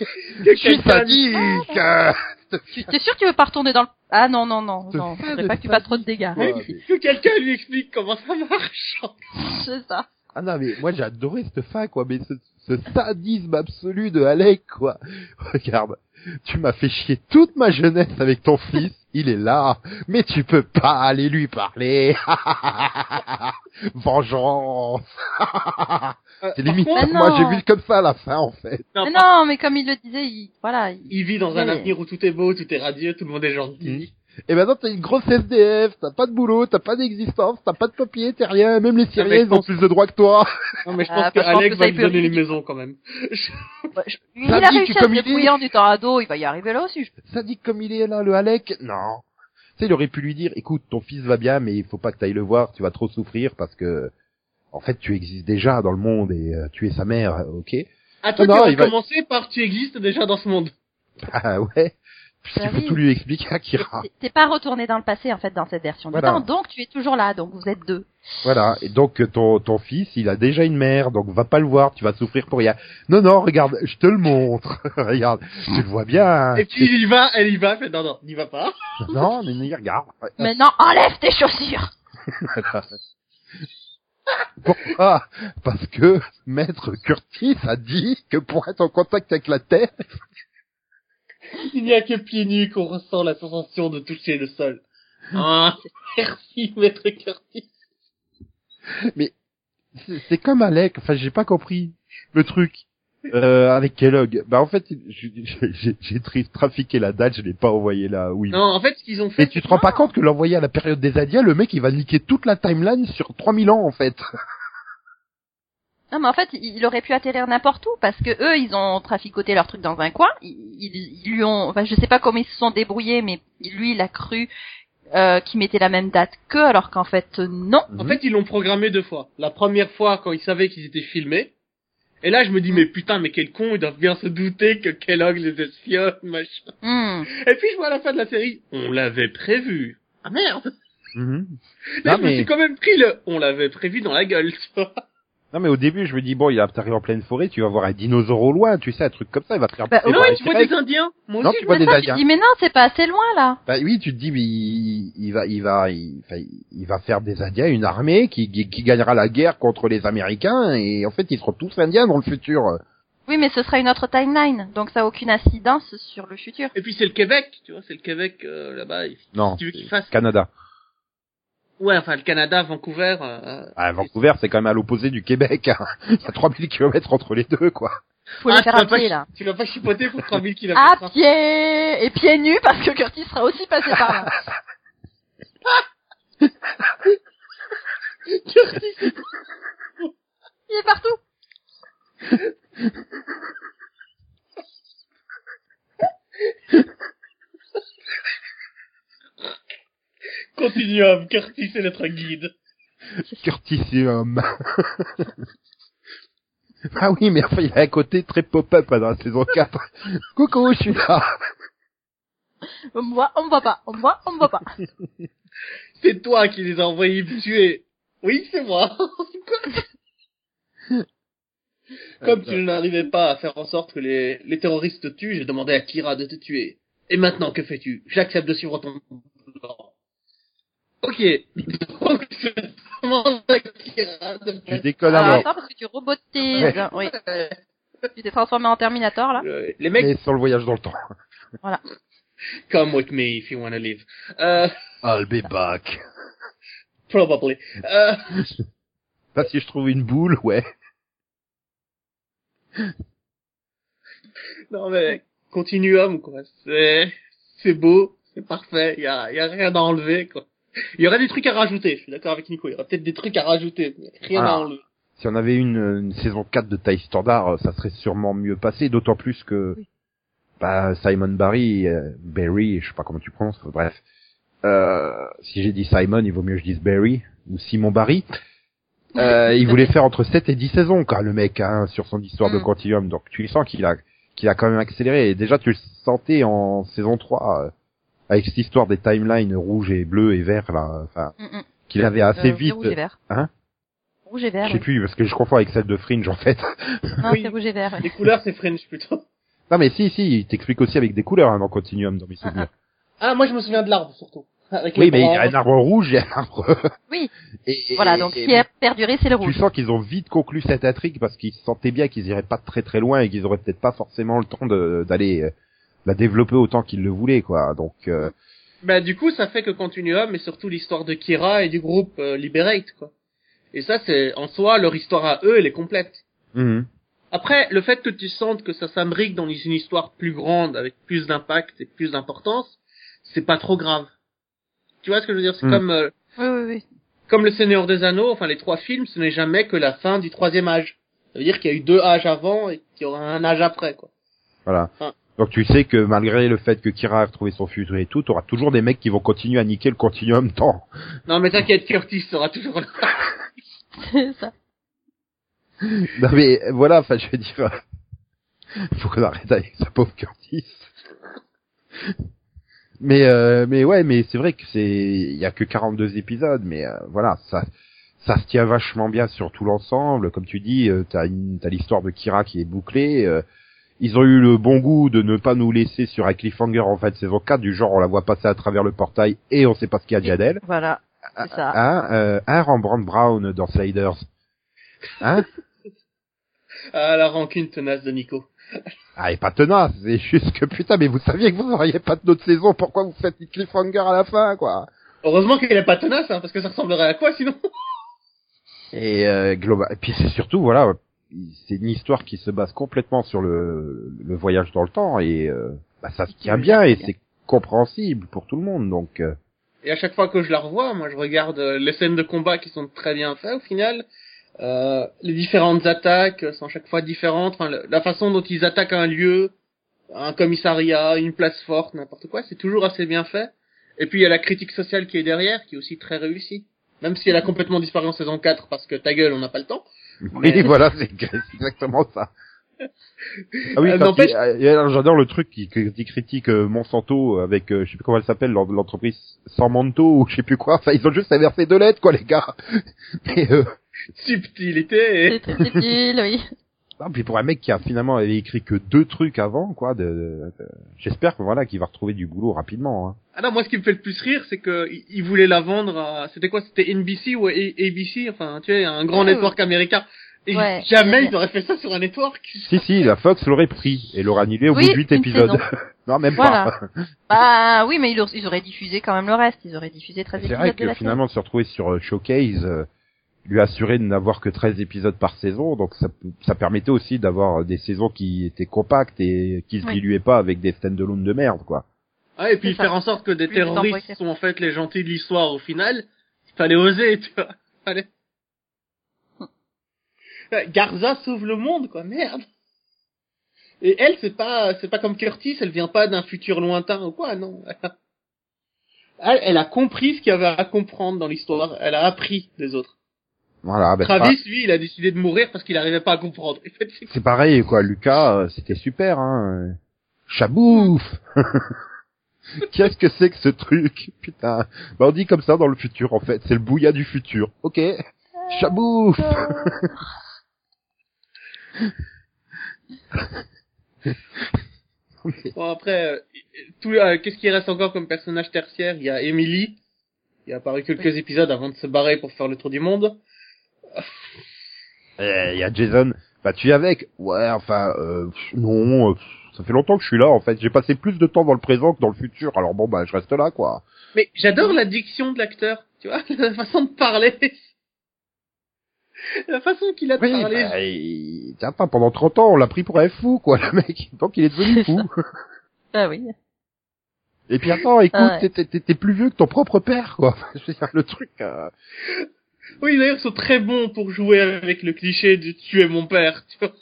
Speaker 3: Je
Speaker 1: suis sadique. euh.
Speaker 2: T'es sûr que tu veux pas retourner dans le Ah non non non
Speaker 1: Ce
Speaker 2: non.
Speaker 1: fin
Speaker 2: Faudrait
Speaker 1: de
Speaker 2: pas que tu fasses trop de dégâts.
Speaker 1: Ouais,
Speaker 3: Que quelqu'un lui explique comment ça marche.
Speaker 2: C'est ça.
Speaker 1: Ah non, mais moi j'ai adoré cette fin, quoi. Mais ce, ce sadisme absolu de Alec, quoi. Regarde, tu m'as fait chier toute ma jeunesse avec ton fils. Il est là, mais tu peux pas aller lui parler. Vengeance.
Speaker 3: Euh,
Speaker 1: C'est
Speaker 3: par
Speaker 1: limite.
Speaker 3: contre,
Speaker 2: Bah
Speaker 1: moi
Speaker 2: non.
Speaker 1: j'ai vu comme ça à la fin, en fait.
Speaker 3: non,
Speaker 2: Mais
Speaker 3: par-
Speaker 2: non, mais comme il le disait, il... voilà. il-
Speaker 3: il vit dans un
Speaker 2: Mais-
Speaker 3: avenir où tout est beau, tout est radieux, tout le monde est
Speaker 1: Mm.
Speaker 3: gentil.
Speaker 1: Et maintenant Eh ben t'as une grosse SDF, t'as pas de boulot, t'as pas d'existence, t'as pas de papier, t'es rien. Même les
Speaker 3: Ah, mais
Speaker 1: Syriens
Speaker 3: je
Speaker 1: ils ont
Speaker 3: pense-
Speaker 1: plus de droits que toi.
Speaker 3: Non, mais je
Speaker 2: Ah,
Speaker 3: pense
Speaker 2: bah,
Speaker 3: que
Speaker 2: je pense
Speaker 3: Alec
Speaker 2: que ça,
Speaker 3: va
Speaker 2: il
Speaker 3: lui
Speaker 2: peut
Speaker 3: donner
Speaker 2: lui
Speaker 3: les
Speaker 2: dire.
Speaker 3: maisons quand même.
Speaker 2: Ouais, je- Il
Speaker 1: Samedi,
Speaker 2: a
Speaker 1: tu
Speaker 2: réussi à se
Speaker 1: communiques.
Speaker 2: débrouiller en étant ado. Il va y arriver là aussi. je-
Speaker 1: sadique comme il est là, le Alec, non. Tu sais, il aurait pu lui dire, écoute, ton fils va bien, mais il faut pas que t'ailles le voir, tu vas trop souffrir parce que, en fait, tu existes déjà dans le monde et euh, tu es sa mère, euh, ok
Speaker 3: Attends,
Speaker 1: Non,
Speaker 3: tu vas
Speaker 1: il va-
Speaker 3: commencer par tu existes déjà dans ce monde.
Speaker 1: Ah ouais Puis
Speaker 2: Bah
Speaker 1: tu peux
Speaker 2: oui.
Speaker 1: tout lui expliquer à Kira.
Speaker 2: T'es- T'es pas retourné dans le passé en fait dans cette version
Speaker 1: Voilà.
Speaker 2: du temps, donc tu es toujours là, donc vous êtes deux.
Speaker 1: Voilà, et donc euh, ton, ton fils, il a déjà une mère, donc va pas le voir, tu vas souffrir pour rien. Non, non, regarde, je te le montre, regarde, tu le vois bien.
Speaker 3: Et puis il y va, elle y va, fait non, non, n'y va pas.
Speaker 1: Non, mais mais regarde.
Speaker 2: Maintenant, enlève tes chaussures.
Speaker 1: Pourquoi Parce que Maître Curtis a dit que pour être en contact avec la Terre,
Speaker 3: Il n'y a que pieds nus qu'on ressent la sensation de toucher le sol. Ah, merci, maître Curtis.
Speaker 1: c'est- c'est comme Alec. Enfin, j'ai pas compris le truc euh, avec Kellogg. Bah en fait, j'ai- j'ai j'ai tri- trafiqué la date, je l'ai pas envoyé là. Oui.
Speaker 3: Non, en fait, ce qu'ils ont fait.
Speaker 1: Mais tu te rends pas compte que l'envoyer à la période des Indiens, le mec il va niquer toute la timeline sur 3000 ans en fait.
Speaker 4: Non, mais en fait, il il aurait pu atterrir n'importe où parce que eux, ils ont traficoté leur truc dans un coin. Ils, ils- ils lui ont, enfin, je sais pas comment ils se sont débrouillés, mais lui, il a cru euh, qu'il mettait la même date qu'eux, alors qu'en fait, euh, non.
Speaker 3: En fait, ils l'ont programmé deux fois. La première fois, quand ils savaient qu'ils étaient filmés. Et là, je me dis, mais putain, mais quel con, ils doivent bien se douter que Kellogg les espionne, machin.
Speaker 4: Hmm.
Speaker 3: Et puis, je vois à la fin de la série, on l'avait prévu. Ah merde!
Speaker 1: Mhm.
Speaker 3: Là,
Speaker 1: Non,
Speaker 3: je me
Speaker 1: mais-
Speaker 3: suis quand même pris le, on l'avait prévu dans la gueule, tu vois.
Speaker 1: Non mais au début je me dis bon il va t'arriver en pleine forêt, tu vas voir un dinosaure au loin, tu sais un truc comme ça, il va te faire
Speaker 2: Bah,
Speaker 1: pousser
Speaker 2: ouais,
Speaker 3: Non,
Speaker 1: par
Speaker 3: mais
Speaker 1: les
Speaker 3: tu vois
Speaker 1: T-Rex.
Speaker 3: des hein. Indiens. Moi
Speaker 1: Non
Speaker 3: aussi,
Speaker 1: tu
Speaker 3: je
Speaker 1: vois
Speaker 3: vois
Speaker 1: des
Speaker 2: Ça, tu
Speaker 1: Indiens.
Speaker 2: te dis, mais non, c'est pas assez loin, là.
Speaker 1: Bah oui tu te dis mais il, il va il va il, enfin, il va faire des Indiens une armée qui, qui qui gagnera la guerre contre les Américains et en fait ils seront tous Indiens dans le futur.
Speaker 4: Oui, mais ce sera une autre timeline, donc ça a aucune incidence sur le futur.
Speaker 3: Et puis c'est le Québec, tu vois, c'est le Québec euh, là-bas. et-
Speaker 1: Non.
Speaker 3: Tu veux qu'il fasse
Speaker 1: Canada.
Speaker 3: Ouais, enfin le Canada, Vancouver. euh,
Speaker 1: Ah, Vancouver c'est quand même à l'opposé du Québec. hein. Il y a 3000 kilomètres entre les deux quoi.
Speaker 2: Faut
Speaker 3: Ah,
Speaker 2: les
Speaker 3: tu
Speaker 2: faire
Speaker 3: vas
Speaker 2: à
Speaker 3: pas,
Speaker 2: pied,
Speaker 3: chi-
Speaker 2: là.
Speaker 3: tu vas pas chipoter pour 3000 km.
Speaker 2: À pied Et pieds nus, parce que Curtis sera aussi passé par là. Il est partout.
Speaker 3: Continuum, Curtis c'est notre guide.
Speaker 1: Curtisium. ah oui, mais enfin, il a un côté très pop-up hein, dans la saison 4. Coucou, je suis là.
Speaker 2: On me voit, on me voit pas. On me voit, on me voit pas.
Speaker 3: C'est toi qui les as envoyés me tuer. Oui, c'est moi. Comme tu n'arrivais pas à faire en sorte que les, les terroristes te tuent, j'ai demandé à Kira de te tuer. Et maintenant, que fais-tu J'accepte de suivre ton plan. Ok. Donc, je demande à Kira de me
Speaker 1: Tu
Speaker 3: tuer.
Speaker 1: déconnes à
Speaker 2: Alors,
Speaker 1: mort.
Speaker 2: Euh, attends, parce que tu robotises.
Speaker 1: Ouais.
Speaker 2: Oui. Tu t'es transformé en Terminator, là.
Speaker 3: Euh, Les mecs,
Speaker 1: Mais sur le voyage dans le temps.
Speaker 3: come with me if you wanna live. Euh,
Speaker 1: I'll be back.
Speaker 3: probably. Euh,
Speaker 1: Là, Bah, si je trouve une boule, ouais.
Speaker 3: non mais, continuum, quoi. C'est, c'est beau, c'est parfait, y a, y a rien à enlever, quoi. Il y aurait des trucs à rajouter, je suis d'accord avec Nico, il y aurait peut-être des trucs à rajouter, mais rien à
Speaker 1: Ah.
Speaker 3: enlever.
Speaker 1: Si on avait une, une saison 4 de taille standard, euh, ça serait sûrement mieux passé, d'autant plus que bah, Simon Barry, euh, Barry, je sais pas comment tu prononces, bref. Euh, si j'ai dit Simon, il vaut mieux que je dise Barry ou Simon Barry. Euh, il voulait faire entre 7 et 10 saisons, quoi, le mec, hein, sur son histoire de
Speaker 4: Mm.
Speaker 1: Continuum. Donc tu le sens qu'il a, qu'il a quand même accéléré. Et déjà, tu le sentais en saison 3, euh, avec cette histoire des timelines rouge et bleu et vert, là, enfin,
Speaker 4: Mm, mm.
Speaker 1: qu'il avait assez
Speaker 4: Euh,
Speaker 1: vite.
Speaker 2: Rouge et vert.
Speaker 1: Hein
Speaker 2: Rouge et vert.
Speaker 1: Je sais
Speaker 2: oui.
Speaker 1: plus, parce que je confonds avec celle de Fringe, en fait.
Speaker 2: Non,
Speaker 3: Oui.
Speaker 2: c'est rouge et vert. oui.
Speaker 3: Les couleurs, c'est French, plutôt.
Speaker 1: Non, mais si, si, il t'explique aussi avec des couleurs, hein, dans Continuum, dans mes souvenirs.
Speaker 3: Ah, moi, je me souviens de l'arbre, surtout. Avec
Speaker 1: oui,
Speaker 3: les
Speaker 1: mais il y a
Speaker 3: branches.
Speaker 1: un arbre rouge et un arbre...
Speaker 2: Oui.
Speaker 1: Et- et-
Speaker 2: Voilà, donc
Speaker 1: et-
Speaker 2: ce qui a perduré, c'est le
Speaker 1: Tu
Speaker 2: rouge.
Speaker 1: sens qu'ils ont vite conclu cette intrigue parce qu'ils sentaient bien qu'ils iraient pas très très loin et qu'ils auraient peut-être pas forcément le temps de- d'aller euh, la développer autant qu'ils le voulaient quoi. Donc euh,
Speaker 3: Bah, du coup, ça fait que Continuum, et surtout l'histoire de Kira et du groupe euh, Liberate, quoi. Et ça, c'est, en soi, leur histoire à eux, elle est complète.
Speaker 1: mhm.
Speaker 3: Après, le fait que tu sentes que ça s'imbrique dans une histoire plus grande, avec plus d'impact et plus d'importance, c'est pas trop grave. Tu vois ce que je veux dire C'est
Speaker 1: Mm.
Speaker 3: comme euh,
Speaker 2: Oui, oui, oui.
Speaker 3: comme le Seigneur des Anneaux, enfin les trois films, ce n'est jamais que la fin du troisième âge. Ça veut dire qu'il y a eu deux âges avant et qu'il y aura un âge après, quoi.
Speaker 1: voilà.
Speaker 3: Ah.
Speaker 1: Donc tu sais que malgré le fait que Kira a retrouvé son futur et tout, t'auras toujours des mecs qui vont continuer à niquer le continuum tant.
Speaker 3: Non mais t'inquiète, Curtis sera toujours là.
Speaker 2: C'est ça.
Speaker 1: Non mais euh, voilà, enfin je veux dire, euh, faut qu'on arrête avec sa pauvre Curtis. Mais euh, mais ouais, mais c'est vrai que c'est, il y a que 42 épisodes, mais euh, voilà, ça ça se tient vachement bien sur tout l'ensemble. Comme tu dis, euh, t'as une t'as l'histoire de Kira qui est bouclée. euh, ils ont eu le bon goût de ne pas nous laisser sur un cliffhanger en fin de saison 4 du genre on la voit passer à travers le portail et on sait pas ce qu'il y a déjà d'elle.
Speaker 2: Voilà. C'est ça.
Speaker 1: Hein, euh, un Rembrandt Brown dans Sliders. Hein
Speaker 3: Ah, la rancune tenace de Nico.
Speaker 1: Ah, et pas tenace, c'est juste que putain, mais vous saviez que vous n'auriez pas d'autre saison, pourquoi vous faites une cliffhanger à la fin, quoi
Speaker 3: Heureusement qu'elle est pas tenace, hein, parce que ça ressemblerait à quoi sinon
Speaker 1: Et euh, global. Et puis c'est surtout voilà, c'est une histoire qui se base complètement sur le, le voyage dans le temps et euh, bah, ça se tient bien et c'est compréhensible pour tout le monde. Donc euh,
Speaker 3: Et à chaque fois que je la revois, moi je regarde euh, les scènes de combat qui sont très bien faites au final. Euh, les différentes attaques euh, sont chaque fois différentes. Enfin, le- la façon dont ils attaquent un lieu, un commissariat, une place forte, n'importe quoi, c'est toujours assez bien fait. Et puis il y a la critique sociale qui est derrière, qui est aussi très réussie. Même si elle a complètement disparu en saison 4 parce que ta gueule, on n'a pas le temps.
Speaker 1: oui, voilà, c'est c'est exactement ça. Ah oui,
Speaker 3: Euh,
Speaker 1: quand
Speaker 3: n'empêche-
Speaker 1: il- ah, et alors, j'adore le truc qui, qui- qui critique euh, Monsanto avec, euh, je sais plus comment elle s'appelle, l'en- l'entreprise sans manteau ou je sais plus quoi. Enfin, ils ont juste inversé deux lettres, quoi, les gars. Mais euh,
Speaker 3: Subtilité et...
Speaker 2: C'est très subtil, oui.
Speaker 1: Ah, puis pour un mec qui a finalement avait écrit que deux trucs avant, quoi, de, de- de- j'espère que voilà, qu'il va retrouver du boulot rapidement. Hein.
Speaker 3: Ah non, moi ce qui me fait le plus rire, c'est que i- ils voulaient la vendre à... C'était quoi C'était NBC ou A- ABC Enfin, tu sais, un grand
Speaker 4: Ouais,
Speaker 3: network américain. Et
Speaker 4: Ouais.
Speaker 3: jamais ils auraient fait ça sur un network.
Speaker 1: Si si, la Fox l'aurait pris et l'aurait annulé au
Speaker 2: Oui,
Speaker 1: bout de huit
Speaker 2: une
Speaker 1: épisodes.
Speaker 2: saison.
Speaker 1: non, même
Speaker 2: Voilà.
Speaker 1: pas.
Speaker 4: Bah oui, mais ils, aur- ils auraient diffusé quand même le reste. Ils auraient diffusé 13
Speaker 1: C'est
Speaker 4: épisodes
Speaker 1: vrai
Speaker 4: de la
Speaker 1: que
Speaker 4: série.
Speaker 1: finalement de se retrouver sur euh, Showcase euh, lui assurait de n'avoir que 13 épisodes par saison, donc ça, ça permettait aussi d'avoir euh, des saisons qui étaient compactes et qui se
Speaker 2: Oui.
Speaker 1: diluaient pas avec des stand-alone de merde, quoi.
Speaker 3: Ah, et puis
Speaker 2: C'est ça.
Speaker 3: faire en sorte que des
Speaker 2: Plus de temps pour
Speaker 3: terroristes
Speaker 2: écrire.
Speaker 3: sont en fait les gentils de l'histoire au final, fallait oser, tu vois. Fallait.
Speaker 2: Hum.
Speaker 3: Euh, Garza sauve le monde, quoi, merde. Et elle, c'est pas, c'est pas comme Curtis, elle vient pas d'un futur lointain ou quoi, non. Elle, elle a compris ce qu'il y avait à comprendre dans l'histoire, elle a appris des autres.
Speaker 1: Voilà, ben, c'est pas-
Speaker 3: Travis, lui, il a décidé de mourir parce qu'il n'arrivait pas à comprendre. Et fait, c'est-
Speaker 1: c'est pareil, quoi. Lucas, euh, c'était super, hein. Chabouf Qu'est-ce que c'est que ce truc Putain. Bah, on dit comme ça dans le futur, en fait. C'est le bouillat du futur. Ok. Chabouf
Speaker 3: Bon, après, euh, tout, euh, qu'est-ce qui reste encore comme personnage tertiaire Il y a Emily, qui a apparu quelques épisodes avant de se barrer pour faire le tour du monde.
Speaker 1: Eh, Il y a Jason. Bah, tu es avec Ouais, enfin, euh, pff, non, euh, pff, ça fait longtemps que je suis là, en fait. J'ai passé plus de temps dans le présent que dans le futur. Alors bon, bah, je reste là, quoi.
Speaker 3: Mais j'adore la diction de l'acteur, tu vois, la façon de parler. La façon qu'il a de
Speaker 1: Oui,
Speaker 3: parler.
Speaker 1: bah, il- tiens, pas pendant 30 ans, on l'a pris pour un fou, quoi, le mec. Donc, il est devenu
Speaker 2: C'est
Speaker 1: fou.
Speaker 2: Ah oui.
Speaker 1: Et puis attends, écoute,
Speaker 2: Ah ouais.
Speaker 1: t'es- t'es- t'es t'es plus vieux que ton propre père, quoi. Je veux dire, le truc. euh,
Speaker 3: Oui, d'ailleurs, ils sont très bons pour jouer avec le cliché de tuer mon père, tu vois.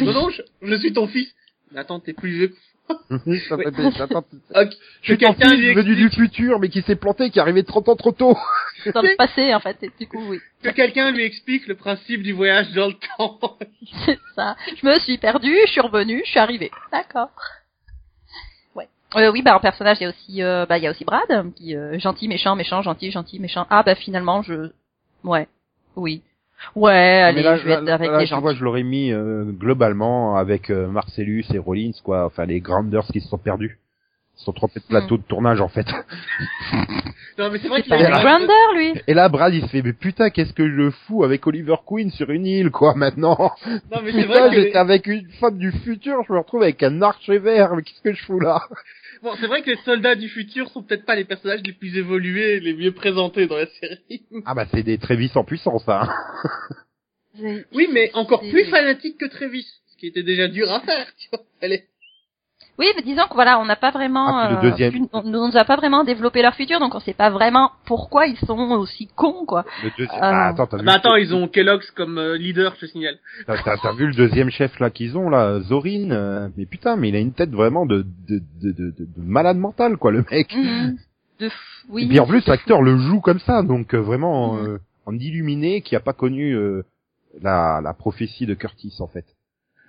Speaker 3: non, non, je, je suis ton fils. Mais attends, t'es plus vieux que...
Speaker 1: ça
Speaker 3: Oui.
Speaker 1: fait des- attends,
Speaker 3: Ok,
Speaker 1: Je suis
Speaker 3: Que quelqu'un
Speaker 1: quelqu'un
Speaker 3: lui
Speaker 1: venu du
Speaker 3: explique.
Speaker 1: futur, mais qui s'est planté, qui est arrivé 30 ans trop tôt.
Speaker 2: Dans le passé, en fait. Et du coup, oui.
Speaker 3: Que quelqu'un lui explique le principe du voyage dans le temps.
Speaker 2: C'est ça. Je me suis perdue, je suis revenue, je suis arrivée. D'accord. Ouais. Euh, oui, bah en personnage, il y a aussi, euh, bah il y a aussi Brad, euh, qui euh, gentil, méchant, méchant, gentil, gentil, méchant. Ah bah finalement, je, ouais, oui, ouais, allez,
Speaker 1: Mais là,
Speaker 2: je vais être
Speaker 1: là,
Speaker 2: avec
Speaker 1: là,
Speaker 2: les
Speaker 1: tu
Speaker 2: gens.
Speaker 1: vois, je l'aurais mis euh, globalement avec euh, Marcellus et Rollins, quoi. Enfin, les Grounders qui se sont perdus. Ils se sont trompés de
Speaker 2: Hmm.
Speaker 1: plateau de tournage, en fait.
Speaker 3: Non, mais c'est vrai
Speaker 2: C'est
Speaker 3: qu'il
Speaker 2: pas
Speaker 1: est
Speaker 3: a-
Speaker 1: là.
Speaker 2: un Brander, lui.
Speaker 1: Et là, Brad, il se fait, mais putain, qu'est-ce que je fous avec Oliver Queen sur une île, quoi, maintenant
Speaker 3: Non, mais c'est
Speaker 1: Putain,
Speaker 3: vrai que...
Speaker 1: j'étais avec une femme du futur, je me retrouve avec un archer vert, mais qu'est-ce que je fous là
Speaker 3: Bon, c'est vrai que les soldats du futur sont peut-être pas les personnages les plus évolués, les mieux présentés dans la série.
Speaker 1: Ah bah c'est des Trévis en puissance, hein.
Speaker 3: Oui, mais encore
Speaker 4: C'est-
Speaker 3: plus fanatiques que Travis, ce qui était déjà dur à faire, tu vois. Allez.
Speaker 2: Oui, mais disons que voilà, on n'a pas vraiment,
Speaker 1: Ah, puis le
Speaker 2: euh,
Speaker 1: deuxième.
Speaker 2: pu- on, on nous a pas vraiment développé leur futur, donc on sait pas vraiment pourquoi ils sont aussi cons, quoi.
Speaker 1: Le deuxième. Ah,
Speaker 2: Ah, non.
Speaker 1: attends, t'as vu,
Speaker 3: Bah attends,
Speaker 1: le-
Speaker 3: ils ont Kellogg's comme euh, leader, je te signale.
Speaker 1: t'as- t'as- t'as vu le deuxième chef là qu'ils ont là, Zorin. euh, mais putain, mais il a une tête vraiment de de de de, de- de malade mental quoi, le mec.
Speaker 2: Mhm. De f- oui.
Speaker 1: Et puis en plus, l'acteur le joue comme ça, donc euh, vraiment
Speaker 2: Mhm.
Speaker 1: euh, en illuminé, qui a pas connu euh, la la prophétie de Curtis en fait.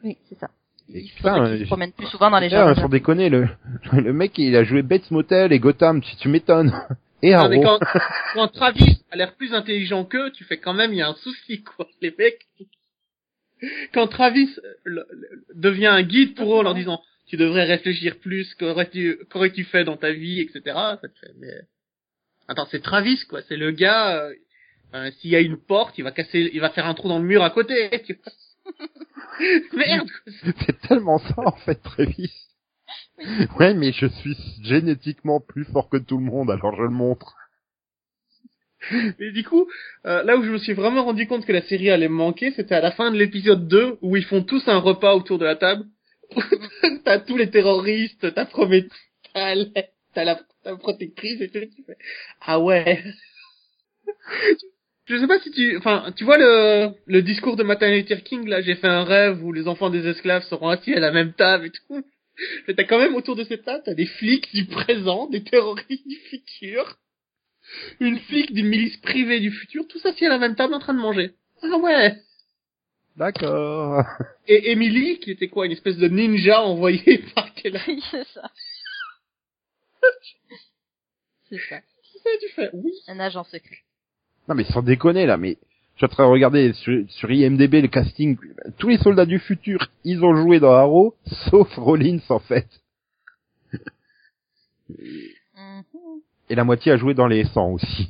Speaker 2: Oui, c'est ça.
Speaker 1: Et
Speaker 2: Il faudrait
Speaker 1: putain,
Speaker 2: qu'ils
Speaker 1: euh,
Speaker 2: se promènent plus souvent dans Ah, les
Speaker 1: Putain,
Speaker 2: jardins.
Speaker 1: sans déconner, le le mec il a joué Bates Motel et Gotham, tu, tu m'étonnes.
Speaker 2: Ah,
Speaker 1: Et
Speaker 3: Non, mais
Speaker 1: Arrow.
Speaker 3: quand, quand Travis a l'air plus intelligent qu'eux, tu fais quand même, il y a un souci, quoi, les mecs. Quand Travis euh, le- le- devient un guide pour eux en leur disant, tu devrais réfléchir plus, qu'aurais-tu, qu'aurais-tu fait dans ta vie, etc. Ça te fait, mais... Attends, c'est Travis, quoi, c'est le gars, euh, euh, s'il y a une porte, il va casser, il va faire un trou dans le mur à côté, tu vois. Merde, quoi.
Speaker 1: C'est tellement ça en fait, Travis. Ouais, mais je suis génétiquement plus fort que tout le monde, alors je le montre.
Speaker 3: Mais du coup, euh, là où je me suis vraiment rendu compte que la série allait me manquer, c'était à la fin de l'épisode 2 où ils font tous un repas autour de la table. t'as tous les terroristes, t'as Prométhée, t'as la, t'as la, t'as la protectrice et tout. Tu fais, Ah ouais. je sais pas si tu, enfin, tu vois le, le discours de Martin Luther King là, j'ai fait un rêve où les enfants des esclaves seront assis à la même table et tout. Mais t'as quand même autour de cette table, t'as des flics du présent, des terroristes du futur une flic d'une milice privée du futur, tout ça si à la même table en train de manger. Ah ouais
Speaker 1: D'accord.
Speaker 3: Et Emily, qui était quoi, une espèce de ninja envoyée par Kella
Speaker 2: Oui, c'est ça. c'est ça.
Speaker 3: Tu fais, oui.
Speaker 2: Un agent secret.
Speaker 1: Non mais sans déconner là, mais je suis en train de regarder sur, sur IMDB le casting. Tous les soldats du futur, ils ont joué dans Arrow, sauf Rollins en fait.
Speaker 2: Mhm.
Speaker 1: Et la moitié a joué dans les 100 aussi.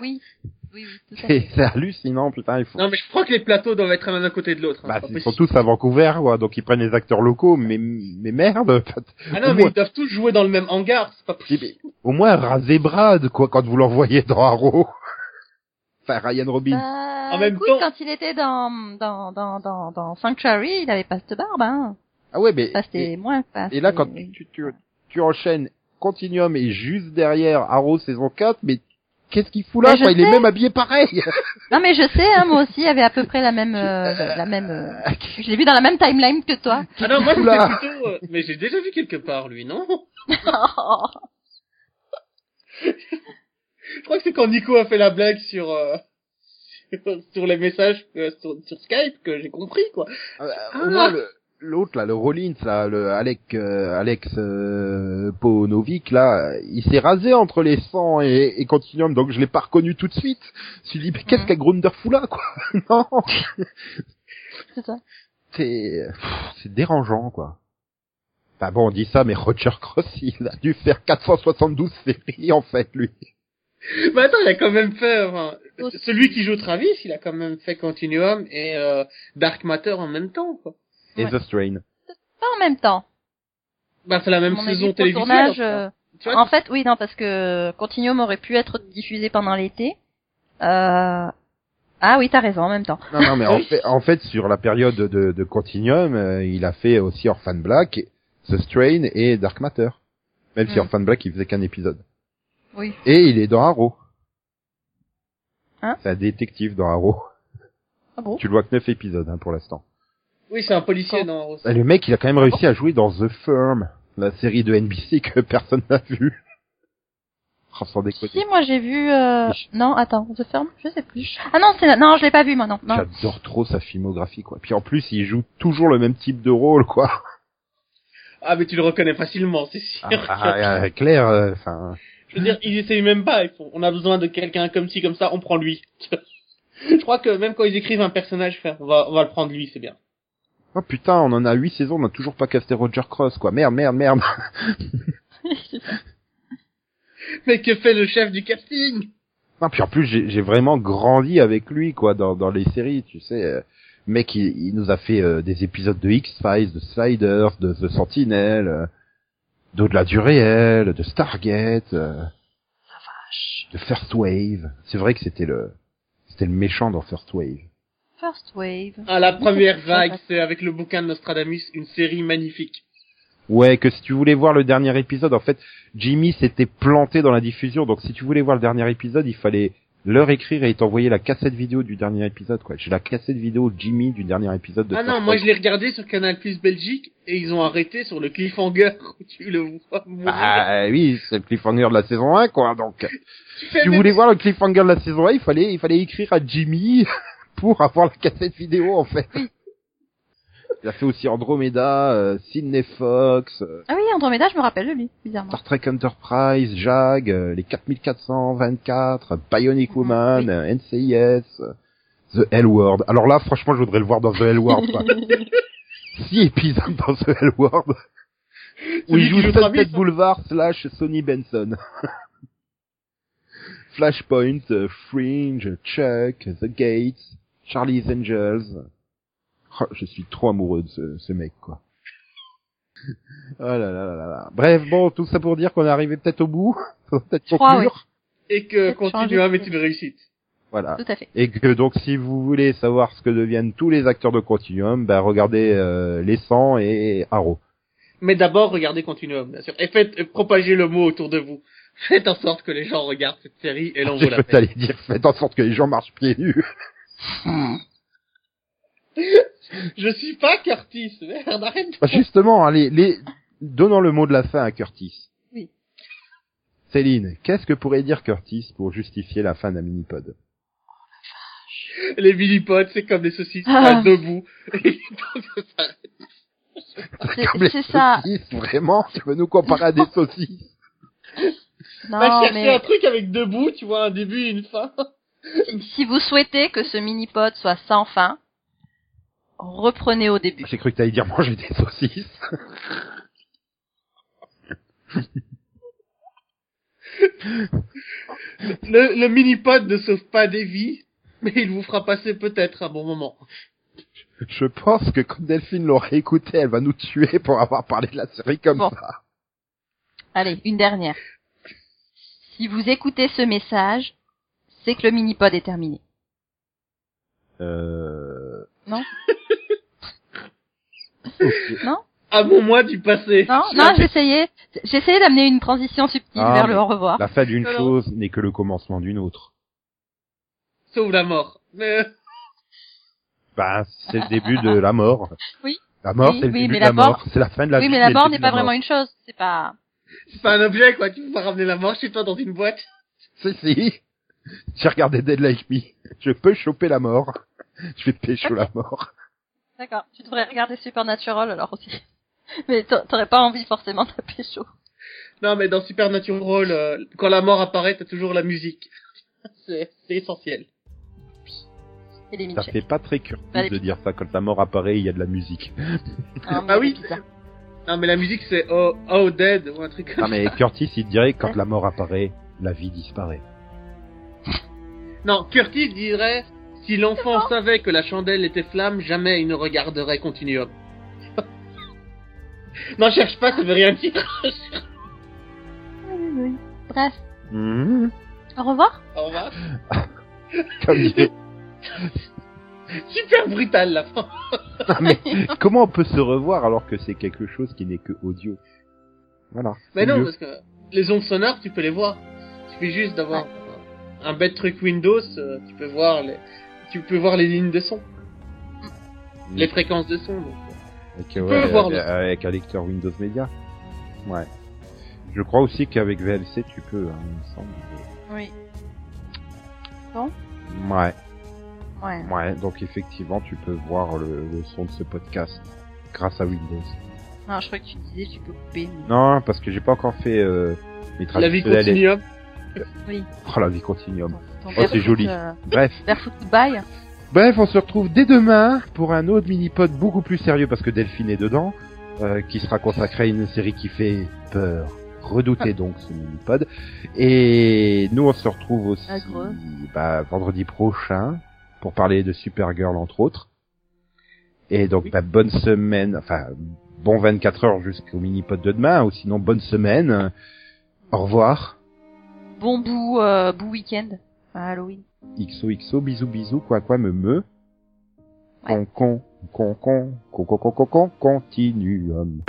Speaker 2: Oui. Oui, oui, tout à fait.
Speaker 1: C'est c'est hallucinant, putain. Ils, font...
Speaker 3: Non, mais je crois que les plateaux doivent être l'un à côté de l'autre. hein.
Speaker 1: bah,
Speaker 3: C'est pas
Speaker 1: ils sont
Speaker 3: possible.
Speaker 1: tous à Vancouver, quoi, donc ils prennent les acteurs locaux, mais, mais merde.
Speaker 3: Ah non, mais ils doivent tous jouer dans le même hangar, c'est pas possible.
Speaker 1: Au moins, rasez Brad, quoi, quand vous l'envoyez dans Arrow. Enfin, Ryan Robbins.
Speaker 2: Bah,
Speaker 3: En même
Speaker 2: écoute,
Speaker 3: temps-
Speaker 2: quand il était dans, dans, dans, dans, dans Sanctuary, il avait pas cette barbe, hein.
Speaker 1: Ah ouais, mais...
Speaker 2: Ça, c'était moins, ça,
Speaker 1: Et là,
Speaker 2: c'est-
Speaker 1: quand tu, tu, tu, tu enchaînes Continuum et juste derrière Arrow saison 4, mais qu'est-ce qu'il fout là
Speaker 2: Mais je
Speaker 1: quoi Il est
Speaker 2: sais.
Speaker 1: même habillé pareil
Speaker 2: Non, mais je sais, hein, moi aussi, il avait à peu près la même, euh, la même, euh, je l'ai vu dans la même timeline que toi.
Speaker 3: Ah non, moi
Speaker 1: Oula.
Speaker 3: c'était plutôt... euh, Mais j'ai déjà vu quelque part, lui, non Je crois que c'est quand Nico a fait la blague sur... euh, sur- sur les messages euh, sur, sur Skype que j'ai compris quoi.
Speaker 1: Euh, au moins, le- L'autre là, le Rollins là, le Alex euh, Alex euh, Ponovic là, euh, il s'est rasé entre les 100 et, et Continuum, donc je l'ai pas reconnu tout de suite. Je me suis dit mais qu'est-ce
Speaker 2: Mhm.
Speaker 1: qu'un Grunder fout là quoi Non,
Speaker 2: C'est ça.
Speaker 1: c'est pff, c'est dérangeant quoi. Bah bon, on dit ça, mais Roger Cross, il a dû faire 472 séries en fait lui.
Speaker 3: Mais Bah, attends, il a quand même fait. enfin,
Speaker 2: Aussi.
Speaker 3: celui qui joue Travis, il a quand même fait Continuum et euh, Dark Matter en même temps. Quoi.
Speaker 1: Et
Speaker 2: Ouais.
Speaker 1: The Strain.
Speaker 2: Pas en même temps.
Speaker 3: Bah, c'est la
Speaker 2: À
Speaker 3: même
Speaker 2: mon avis,
Speaker 3: saison
Speaker 2: pour le
Speaker 3: télévisuelle.
Speaker 2: tournage,
Speaker 3: enfin.
Speaker 2: euh,
Speaker 3: Tu vois,
Speaker 2: en fait, oui, non, parce que Continuum aurait pu être diffusé pendant l'été. Euh, ah oui, t'as raison, en même temps.
Speaker 1: Non, non, mais en fait, en fait, sur la période de, de Continuum, euh, il a fait aussi Orphan Black, The Strain et Dark Matter. Même si
Speaker 2: Mm.
Speaker 1: Orphan Black, il faisait qu'un épisode.
Speaker 2: Oui.
Speaker 1: Et il est dans Arrow.
Speaker 2: Hein
Speaker 1: C'est un détective dans Arrow.
Speaker 2: Ah bon?
Speaker 1: Tu le vois que neuf épisodes hein, pour l'instant.
Speaker 3: Oui, c'est un policier dans Rose.
Speaker 1: Et Le mec, il a quand même réussi à jouer dans The Firm, la série de NBC que personne n'a vue. Oh, sans
Speaker 2: Si,
Speaker 1: déconner.
Speaker 2: moi j'ai vu. euh,
Speaker 1: Mais je-
Speaker 2: Non, attends, The Firm, je sais plus. Ah non, c'est non, je l'ai pas vu moi non. non.
Speaker 1: J'adore trop sa filmographie, quoi. Puis en plus, il joue toujours le même type de rôle, quoi.
Speaker 3: Ah, mais tu le reconnais facilement, c'est sûr.
Speaker 1: Ah, ah, ah, Claire, euh, enfin...
Speaker 3: Je veux dire, ils essayent même pas. Ils font, on a besoin de quelqu'un comme ci, comme ça, on prend lui. Je crois que même quand ils écrivent un personnage, faire, on va, on va le prendre lui, c'est bien.
Speaker 1: Oh putain, on en a huit saisons, on n'a toujours pas casté Roger Cross, quoi. Merde, merde, merde.
Speaker 3: Mais que fait le chef du casting
Speaker 1: Non, puis en plus, j'ai j'ai vraiment grandi avec lui, quoi, dans, dans les séries, tu sais. euh, Mec, il, il nous a fait euh, des épisodes de X-Files, de Sliders, de The Sentinel, euh, d'Au-delà du réel, de Stargate, euh, de First Wave. C'est vrai que c'était le c'était le méchant dans First Wave.
Speaker 2: First Wave.
Speaker 3: Ah, la première vague, c'est avec le bouquin de Nostradamus, une série magnifique.
Speaker 1: Ouais, que si tu voulais voir le dernier épisode, en fait, Jimmy s'était planté dans la diffusion, donc si tu voulais voir le dernier épisode, il fallait leur écrire et t'envoyer la cassette vidéo du dernier épisode, quoi. J'ai la cassette vidéo Jimmy du dernier épisode de
Speaker 3: Ah non,
Speaker 1: First
Speaker 3: moi
Speaker 1: Wave.
Speaker 3: je l'ai regardé sur Canal Plus Belgique et ils ont arrêté sur le cliffhanger où tu le vois mourir.
Speaker 1: Ah oui, c'est le cliffhanger de la saison 1, quoi, donc.
Speaker 3: tu fais,
Speaker 1: tu
Speaker 3: mais-
Speaker 1: voulais voir le cliffhanger de la saison 1, il fallait, il fallait écrire à Jimmy pour avoir la cassette vidéo, en fait. Il a fait aussi Andromeda, euh, Sydney Fox, euh,
Speaker 2: Ah oui, Andromeda, je me rappelle de lui, bizarrement.
Speaker 1: Star Trek Enterprise, JAG, euh, les 4424, euh, Bionic
Speaker 2: Mhm,
Speaker 1: Woman,
Speaker 2: oui.
Speaker 1: euh, NCIS, euh, The L-Word. Alors là, franchement, je voudrais le voir dans The L-Word. quoi. Six épisodes dans The L-Word. Où
Speaker 3: Celui
Speaker 1: il
Speaker 3: qui
Speaker 1: joue
Speaker 3: joue
Speaker 1: Sunset
Speaker 3: Travis, hein.
Speaker 1: Boulevard slash Sonny Benson. Flashpoint, euh, Fringe, Chuck, The Gates, Charlie's Angels. Oh, je suis trop amoureux de ce, ce mec, quoi. Oh là là là là là. Bref, bon, tout ça pour dire qu'on est arrivé peut-être au bout. Faut peut-être
Speaker 2: Je crois,
Speaker 1: conclure.
Speaker 3: et que
Speaker 2: Peut-être changer
Speaker 3: Continuum
Speaker 2: de-
Speaker 3: est une réussite.
Speaker 1: Voilà.
Speaker 2: Tout à fait.
Speaker 1: Et que donc si vous voulez savoir ce que deviennent tous les acteurs de Continuum, bah regardez euh, les 100 et Arrow.
Speaker 3: Mais d'abord, regardez Continuum, bien sûr. Et faites, et propagez le mot autour de vous. Faites en sorte que les gens regardent cette série et l'on vous
Speaker 1: Ah,
Speaker 3: la
Speaker 1: Je
Speaker 3: fait.
Speaker 1: t'allais dire, faites en sorte que les gens marchent pieds nus.
Speaker 3: Je suis pas Curtis, merde, arrête.
Speaker 1: Bah, justement, hein, les, les... donnons le mot de la fin à Curtis.
Speaker 2: Oui.
Speaker 1: Céline, qu'est-ce que pourrait dire Curtis pour justifier la fin d'un minipod
Speaker 3: Les mini-pods, c'est comme des saucisses
Speaker 2: Ah.
Speaker 3: à deux bouts. Et donc, ça-
Speaker 2: C'est
Speaker 1: Comme les
Speaker 2: c'est ça.
Speaker 1: saucisses, Vraiment, tu veux nous comparer à des saucisses
Speaker 3: va
Speaker 2: Non,
Speaker 3: chercher un
Speaker 2: mais
Speaker 3: truc avec deux bouts, tu vois, un début et une fin.
Speaker 2: si vous souhaitez que ce mini-pod soit sans fin, reprenez au début.
Speaker 1: Ah, J'ai cru que t'allais dire manger des saucisses.
Speaker 3: Le, le mini-pod ne sauve pas des vies, mais il vous fera passer peut-être un bon moment.
Speaker 1: Je pense que quand Delphine l'aurait écouté, elle va nous tuer pour avoir parlé de la série comme
Speaker 2: Bon.
Speaker 1: ça.
Speaker 2: Allez, une dernière. Si vous écoutez ce message, c'est que le mini-pod est terminé.
Speaker 1: Euh...
Speaker 2: Non.
Speaker 1: Ok.
Speaker 3: À mon moi du passé.
Speaker 2: Non, non, j'essayais, j'essayais d'amener une transition subtile
Speaker 1: Ah,
Speaker 2: vers
Speaker 1: mais-
Speaker 2: le au revoir.
Speaker 1: La fin d'une
Speaker 3: Alors-
Speaker 1: chose n'est que le commencement d'une autre.
Speaker 3: Sauve la mort. Euh, Mais,
Speaker 1: Ben, c'est le début de la mort.
Speaker 2: Oui.
Speaker 1: La mort,
Speaker 2: Oui,
Speaker 1: c'est le
Speaker 2: oui,
Speaker 1: début
Speaker 2: mais
Speaker 1: de la
Speaker 2: la mort-
Speaker 1: mort. C'est la fin de la
Speaker 2: oui,
Speaker 1: vie,
Speaker 2: mais la
Speaker 1: le
Speaker 2: mort
Speaker 1: début
Speaker 2: n'est
Speaker 1: de
Speaker 2: pas
Speaker 1: la mort.
Speaker 2: vraiment une chose. C'est pas.
Speaker 3: c'est pas un objet, quoi. Tu peux pas ramener la mort chez toi dans une boîte.
Speaker 1: Si, si. J'ai regardé Dead Like Me. Je peux choper la mort. Je vais pécho la mort.
Speaker 2: D'accord. Tu devrais regarder Supernatural alors aussi. Mais t'a- t'aurais pas envie forcément de taper chaud.
Speaker 3: Non, mais dans Supernatural, euh, quand la mort apparaît, t'as toujours la musique. C'est c'est essentiel.
Speaker 2: Et les
Speaker 1: Ça
Speaker 2: mini
Speaker 1: fait pas très curieux
Speaker 2: Allez.
Speaker 1: de dire ça. Quand la mort apparaît, il y a de la musique.
Speaker 3: Ah oui. Non, mais la musique, c'est oh, oh Dead ou un truc comme
Speaker 1: Non, mais Curtis, il dirait quand la mort apparaît, la vie disparaît.
Speaker 3: Non, Curtis dirait si l'enfant savait que la chandelle était flamme, jamais il ne regarderait Continuum. non, cherche pas, ça veut rien dire.
Speaker 2: Bref.
Speaker 1: Mhm.
Speaker 2: Au revoir.
Speaker 3: Au revoir.
Speaker 1: Comme dit-
Speaker 3: Super brutal la fin.
Speaker 1: Non, mais comment on peut se revoir alors que c'est quelque chose qui n'est que audio Voilà.
Speaker 3: Mais
Speaker 1: C'est
Speaker 3: non,
Speaker 1: mieux.
Speaker 3: parce que les ondes sonores, tu peux les voir. Tu fais juste d'avoir un bête truc Windows, euh, tu peux voir les, tu peux voir les lignes de son, les fréquences de son. donc.
Speaker 1: Avec, euh,
Speaker 3: peux voir le-
Speaker 1: avec un lecteur Windows Media. Ouais. Je crois aussi qu'avec VLC tu peux, hein, il me semble.
Speaker 2: Oui.
Speaker 1: Ouais,
Speaker 2: Ouais.
Speaker 1: ouais. Donc effectivement, tu peux voir le, le son de ce podcast grâce à Windows.
Speaker 2: Non, je crois que tu disais tu peux couper. mais-
Speaker 1: Non, parce que j'ai pas encore fait euh, mes
Speaker 3: La vie
Speaker 1: traditionnels et-
Speaker 3: continuum.
Speaker 2: Oui.
Speaker 1: Oh, la vie continuum.
Speaker 2: Ton, ton
Speaker 1: Ah, c'est
Speaker 2: barefoot,
Speaker 1: joli.
Speaker 2: euh,
Speaker 1: Bref.
Speaker 2: barefoot goodbye.
Speaker 1: Bref, on se retrouve dès demain pour un autre mini-pod beaucoup plus sérieux parce que Delphine est dedans, euh, qui sera consacré à une série qui fait peur. Redoutez donc ce mini-pod. Et nous, on se retrouve aussi
Speaker 2: Ah, gros.
Speaker 1: bah, vendredi prochain pour parler de Supergirl, entre autres. Et donc, bah, bonne semaine, enfin, bon 24 heures jusqu'au mini-pod de demain, ou sinon, bonne semaine. Au revoir.
Speaker 2: Bon bout, euh, bout week-end. À Halloween.
Speaker 1: XOXO, bisous bisous, quoi quoi me me.
Speaker 2: Ouais.
Speaker 1: Con con, con con, con con con con con, continuum.